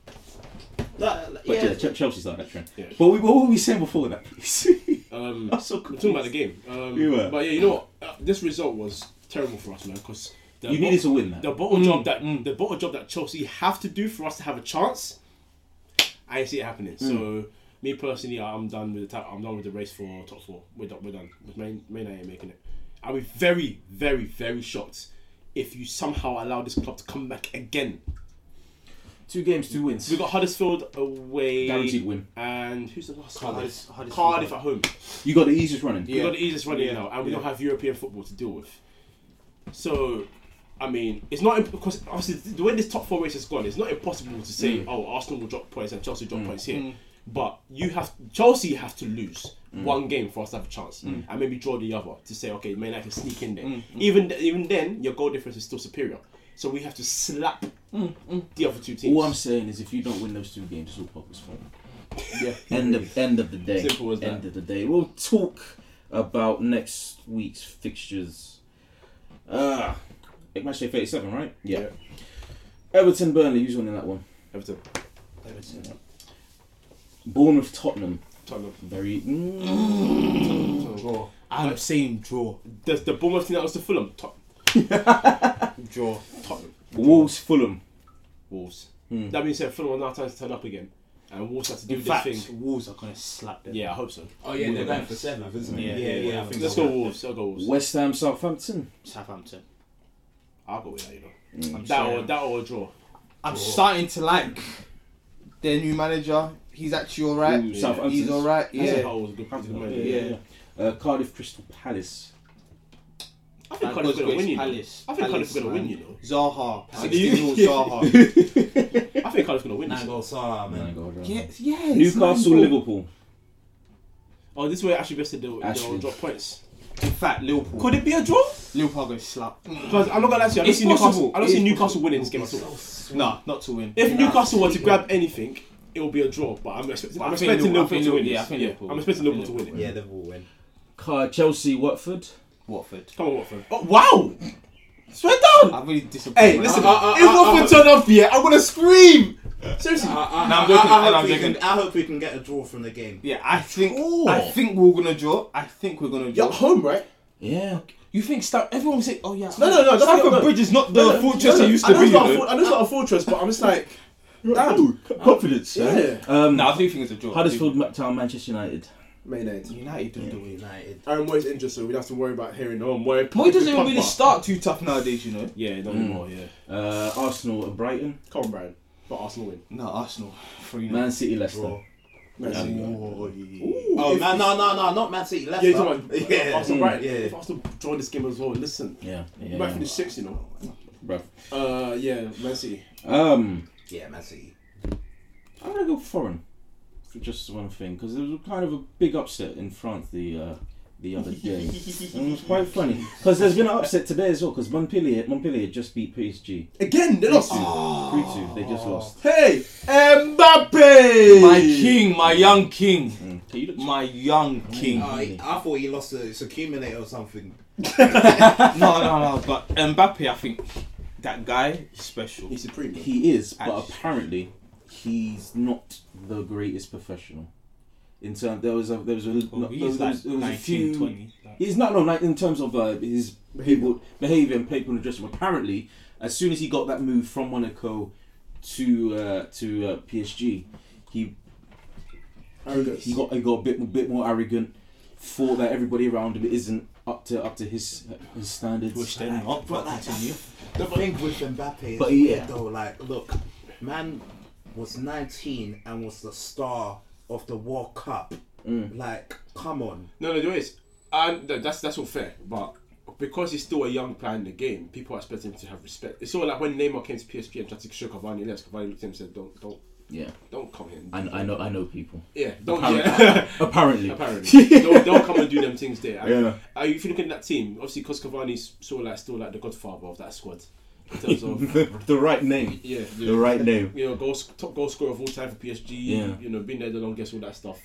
Like, like,
but
yeah.
yeah, Che- Chelsea started that trend.
Yeah.
But we, what were we saying before that, please?
Um,
I'm so
We're talking about the game. Um,
We were.
But yeah, you know what? Uh, this result was terrible for us, man. Because
You needed to win that.
The bottle job that mm, the bottle job that Chelsea have to do for us to have a chance. I see it happening.
Mm.
So me personally, I'm done with the ta- I'm done with the race for top four. We're done. We're done. With Man Man United making it. I'll be very, very, very shocked if you somehow allow this club to come back again.
two games, two wins.
We got Huddersfield away,
Guaranteed win.
and who's the last
Cardiff.
Cardiff,
Huddersfield.
Cardiff at home.
You got the easiest running.
We've got the easiest running now, and we don't have European football to deal with. So, I mean, it's not because obviously the way this top four race has gone, it's not impossible to say, oh, Arsenal will drop points and Chelsea drop points here. But you have Chelsea have to lose one game for us to have a chance, and maybe draw the other to say, okay, Man United can sneak in there. Even th- even then, your goal difference is still superior. So we have to slap the other two teams.
All I'm saying is if you don't win those two games, it's all Pogba's fault.
yeah.
End of end of the day.
Simple as that.
end of the day. We'll talk about next week's fixtures. Uh match day thirty seven, right? Yeah.
Yeah.
Everton Burnley, who's winning that one?
Everton,
Bournemouth Tottenham.
Tottenham.
Very mm,
Oh,
Draw.
I'm saying draw.
The, the Bournemouth team that was to Fulham, Tot-
Draw.
Tottenham.
Wolves Fulham.
Wolves. That being said, Fulham are now trying to turn up again, and Wolves have to do
In
this
fact,
thing.
Wolves are gonna slap them.
Yeah, I hope so.
oh yeah, they're
Wolves.
going for seventh, isn't it? Yeah, yeah.
yeah,
I think
Let's
so.
go Wolves. I'll go Wolves.
West Ham Southampton.
Southampton.
I'll go with that. You know,
I'm
that
sorry.
or that or a draw.
I'm starting to like their new manager. He's actually all right.
Ooh, Southampton's-
He's all right.
I said
Yeah.
Hull was a good. good man.
Yeah. Uh, Cardiff Crystal Palace.
I think Cardiff are going to win. You know. I think Cardiff are going to win. You know.
Zaha.
you-
16 Zaha.
I think Cardiff are going to win. this.
Nangol Sarr,
Oh my
man.
God, right.
yes, yes.
Newcastle Liverpool.
Oh, this way actually vested they'll,
Ashley.
they'll drop points.
In fact, Liverpool.
Could Mm. it be a draw?
Liverpool are going to slap.
Because I'm not gonna lie to you. I don't
It's
see Newcastle.
possible.
I don't
It
see
is
Newcastle winning this game at all.
Nah, not to win.
If Newcastle were to grab anything, it will be a draw. But I'm expecting.
But I
I'm
think Liverpool-
expecting
I
Liverpool
think
to win.
Liverpool- yeah, I
this.
think
Yeah,
Liverpool-
I'm expecting
I think
Liverpool to win. it.
Yeah, they will win.
Car Chelsea Watford.
Watford.
Come on, Watford. Oh wow! Swear down.
I'm really disappointed.
Uh,
Hey, listen, if Watford turn up here, I'm gonna scream. Seriously.
I,
No, I'm
uh, I-
joking.
I, I
No,
hope
I'm
we
joking.
can, I hope we can get a draw from the game.
Yeah, I think
Ooh.
I think we're gonna draw. I think we're gonna
You're
draw.
at home, right?
Yeah. You think Stamp? Everyone say, "Oh yeah."
No, no, no. That's
Stamford
not,
Bridge is not the
no, no,
fortress
no, no,
it used
I
to
know
be.
it's
you
not a
know.
for- I know it's not a fortress, but I'm just like,
Ooh, confidence.
yeah.
Yeah. Um,
No, I do think it's a draw.
Huddersfield, Town, Manchester United.
Maynard.
United do the way.
United.
Aaron Moy's injured, so we don't have to worry about hearing oh, no Moy.
Moy doesn't even really start too tough nowadays, you know.
Yeah, not anymore. Yeah.
Uh, Arsenal and Brighton.
Come on, Brian. But Arsenal win.
No, Arsenal. Three
Man City, Leicester.
Draw.
Ooh,
Oh
if-
no no no no not Man City Leicester.
Yeah, come on.
yeah. Mm.
Arsenal, right?
yeah.
If Arsenal join this game as well, listen,
Yeah.
you might finish sixth, you know.
Bruv.
Uh, yeah, Man City.
Um,
Yeah, Man City.
I'm gonna go foreign for just one thing because it was kind of a big upset in France the uh, the other day. and it was quite funny because there's been an upset today as well because Montpellier Montpellier just beat PSG
Again, they lost.
three two. They just lost.
Hey, Mbappe!
My king, my young king,
Mm. Can you look-
my young king.
Oh, I, I thought he lost to accumulator or something.
no, no, no. But Mbappe, I think that guy is special.
He's supreme.
He is, but
Actually.
apparently he's not the greatest professional. In terms, there was a there was a
Well,
no, there was,
Oh, he's
there
like
was, there was a
19,
few.
20. like-
He's not no like in terms of uh, his people behavior and people dressing. Apparently, as soon as he got that move from Monaco to uh, to uh, PSG, he
Arrogance.
he got he got a bit bit more arrogant. Thought that everybody around him isn't up to up to his his standards.
Wish they're not, but continue.
The thing with Mbappe
But
is weird
yeah.
though, like look, man was 19 and was the star of the World Cup. Like, come on.
No, no, there is. And th- that's that's all fair, but because he's still a young player in the game, people are expecting him to have respect. It's all like when Neymar came to PSG and tried to show Cavani left. Cavani looked at him and said, "Don't, don't,
Yeah,
don't come here."
I, I know I know people.
yeah, don't. Yeah.
Apparently,
Apparently, don't, don't come and do them things there. And,
Yeah.
uh, if you look at that team, obviously, because Cavani's sort of like still like the godfather of that squad in terms of
the, the right name.
yeah, yeah.
The right name.
you know, goal, sc- top goal scorer of all time for PSG.
Yeah.
You know, been there the longest, all that stuff.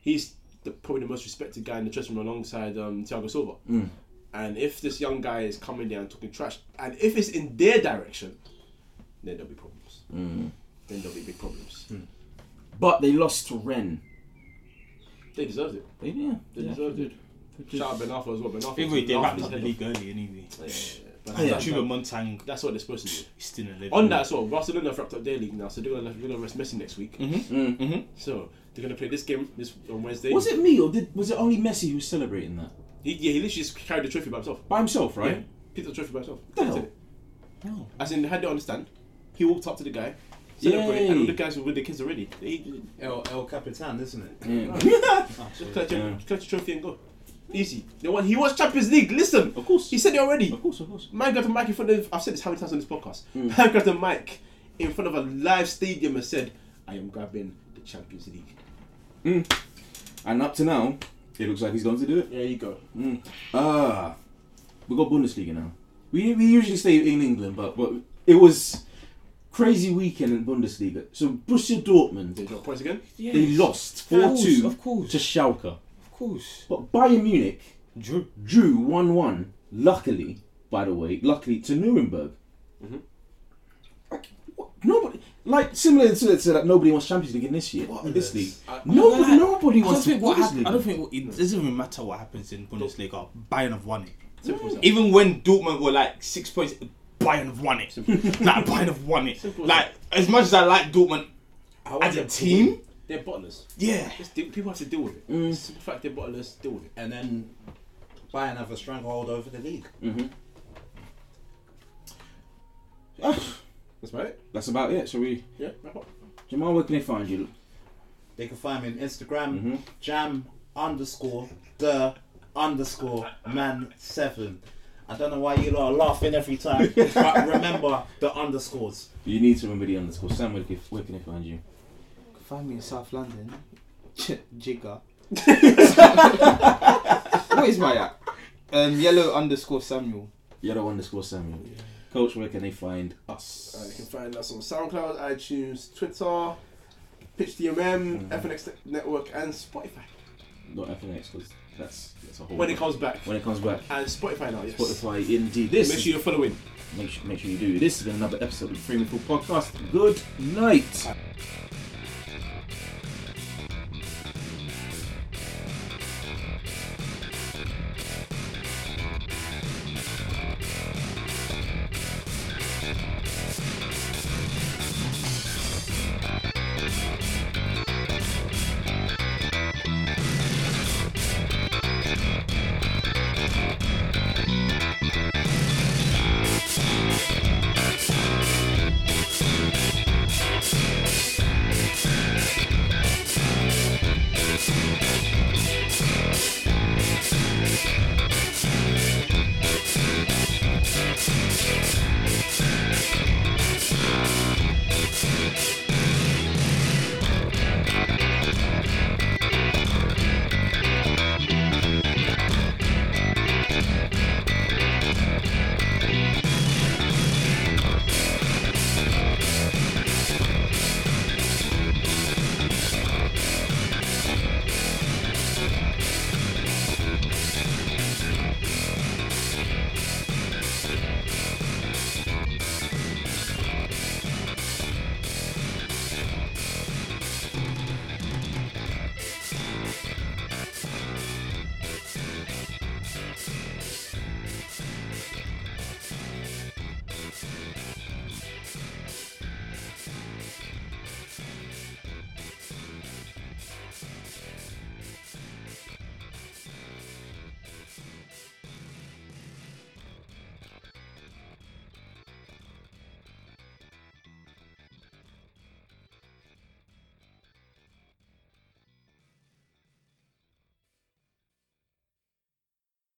He's the, probably the most respected guy in the dressing room alongside um, Thiago Silva.
Mm.
And if this young guy is coming there and talking trash, and if it's in their direction, then there'll be problems.
Mm.
Then there'll be big problems.
But they lost to Ren.
They deserved it.
They, yeah,
They
yeah,
deserved
they
it.
did.
Shout out Ben Arfa as well. Ben Arfa.
Anyway, they
Arfa's
wrapped up the
head
league early, anyway.
off.
Yeah.
Yeah.
Chuba Montang
That's what they're supposed to do.
is still in the league.
Mm.
On that as well, Barcelona have wrapped up their league now, so they're gonna they're gonna rest Messi next week.
Mm.
Mm-hmm. So they're gonna play this game this on Wednesday.
Was it me or did was it only Messi who's celebrating that
He, yeah, he literally just carried the trophy by himself.
by himself? Right?
Yeah. Picked up the trophy by himself.
The
Didn't
hell?
it? As in, had to understand. He walked up to the guy, celebrated, and all
Yay.
the guys were with the kids already. He
El, El Capitan, isn't it?
Yeah.
just clutch,
Yeah.
clutch the trophy and go. Easy. They won. He was Champions League. Listen, of course. He said it already.
Of course, of course.
Man grabbed a mic in front of. I've said this how many times on this podcast. Man grabbed a mic in front of a live stadium and said, "I am grabbing the Champions League."
And up to now, it looks like he's going to do it.
There you go.
Ah, we got Bundesliga now. We we usually stay in England, but but it was crazy weekend in Bundesliga. So Borussia
They
Dortmund
dropped points again.
they lost four two
Of course.
to Schalke,
Of course.
but Bayern Munich
Drew.
drew one one. Luckily, by the way, luckily to Nuremberg.
Mm-hmm.
Like, what- Nobody like similar to, to that. Nobody wants Champions League in this year. this league, nobody,
I-
nobody
I don't
wants.
think what happened, I
Bundesliga.
don't think what- it doesn't even matter what happens in Bundesliga. Bayern have won it.
Simple as that.
Even when Dortmund were like six points, Bayern have won it. like Bayern have won it.
Simple as
Like as much as I like Dortmund
I want
as a
them to
team,
win. they're bottlers.
yeah.
Just deal, people have to deal with it. Mm. It's the fact they're bottlers. Deal with it.
And then Bayern have a stranglehold over the league.
That's about it.
That's about it. So we,
Yeah. Wrap up.
Jamal, where can they find you?
They can find me on Instagram, jam underscore the underscore man seven. I don't know why you lot are laughing every time, but remember the underscores.
You need to remember the underscore. Sam, where can, where can they find you?
Find me in South London. Jigger. what is my app? Um, yellow underscore Samuel.
Yellow underscore Samuel. Coach, where can they find us?
Uh, you can find us on SoundCloud, iTunes, Twitter, Mm. PitchDMM, FNX Network, and Spotify.
Not FNX, because That's that's a whole.
When it comes back.
when it comes back,
And Spotify now, yes.
Spotify indeed. This
Make sure you're following.
make sure, make sure you do. This has been another episode of the Freeman Full Podcast. Good night.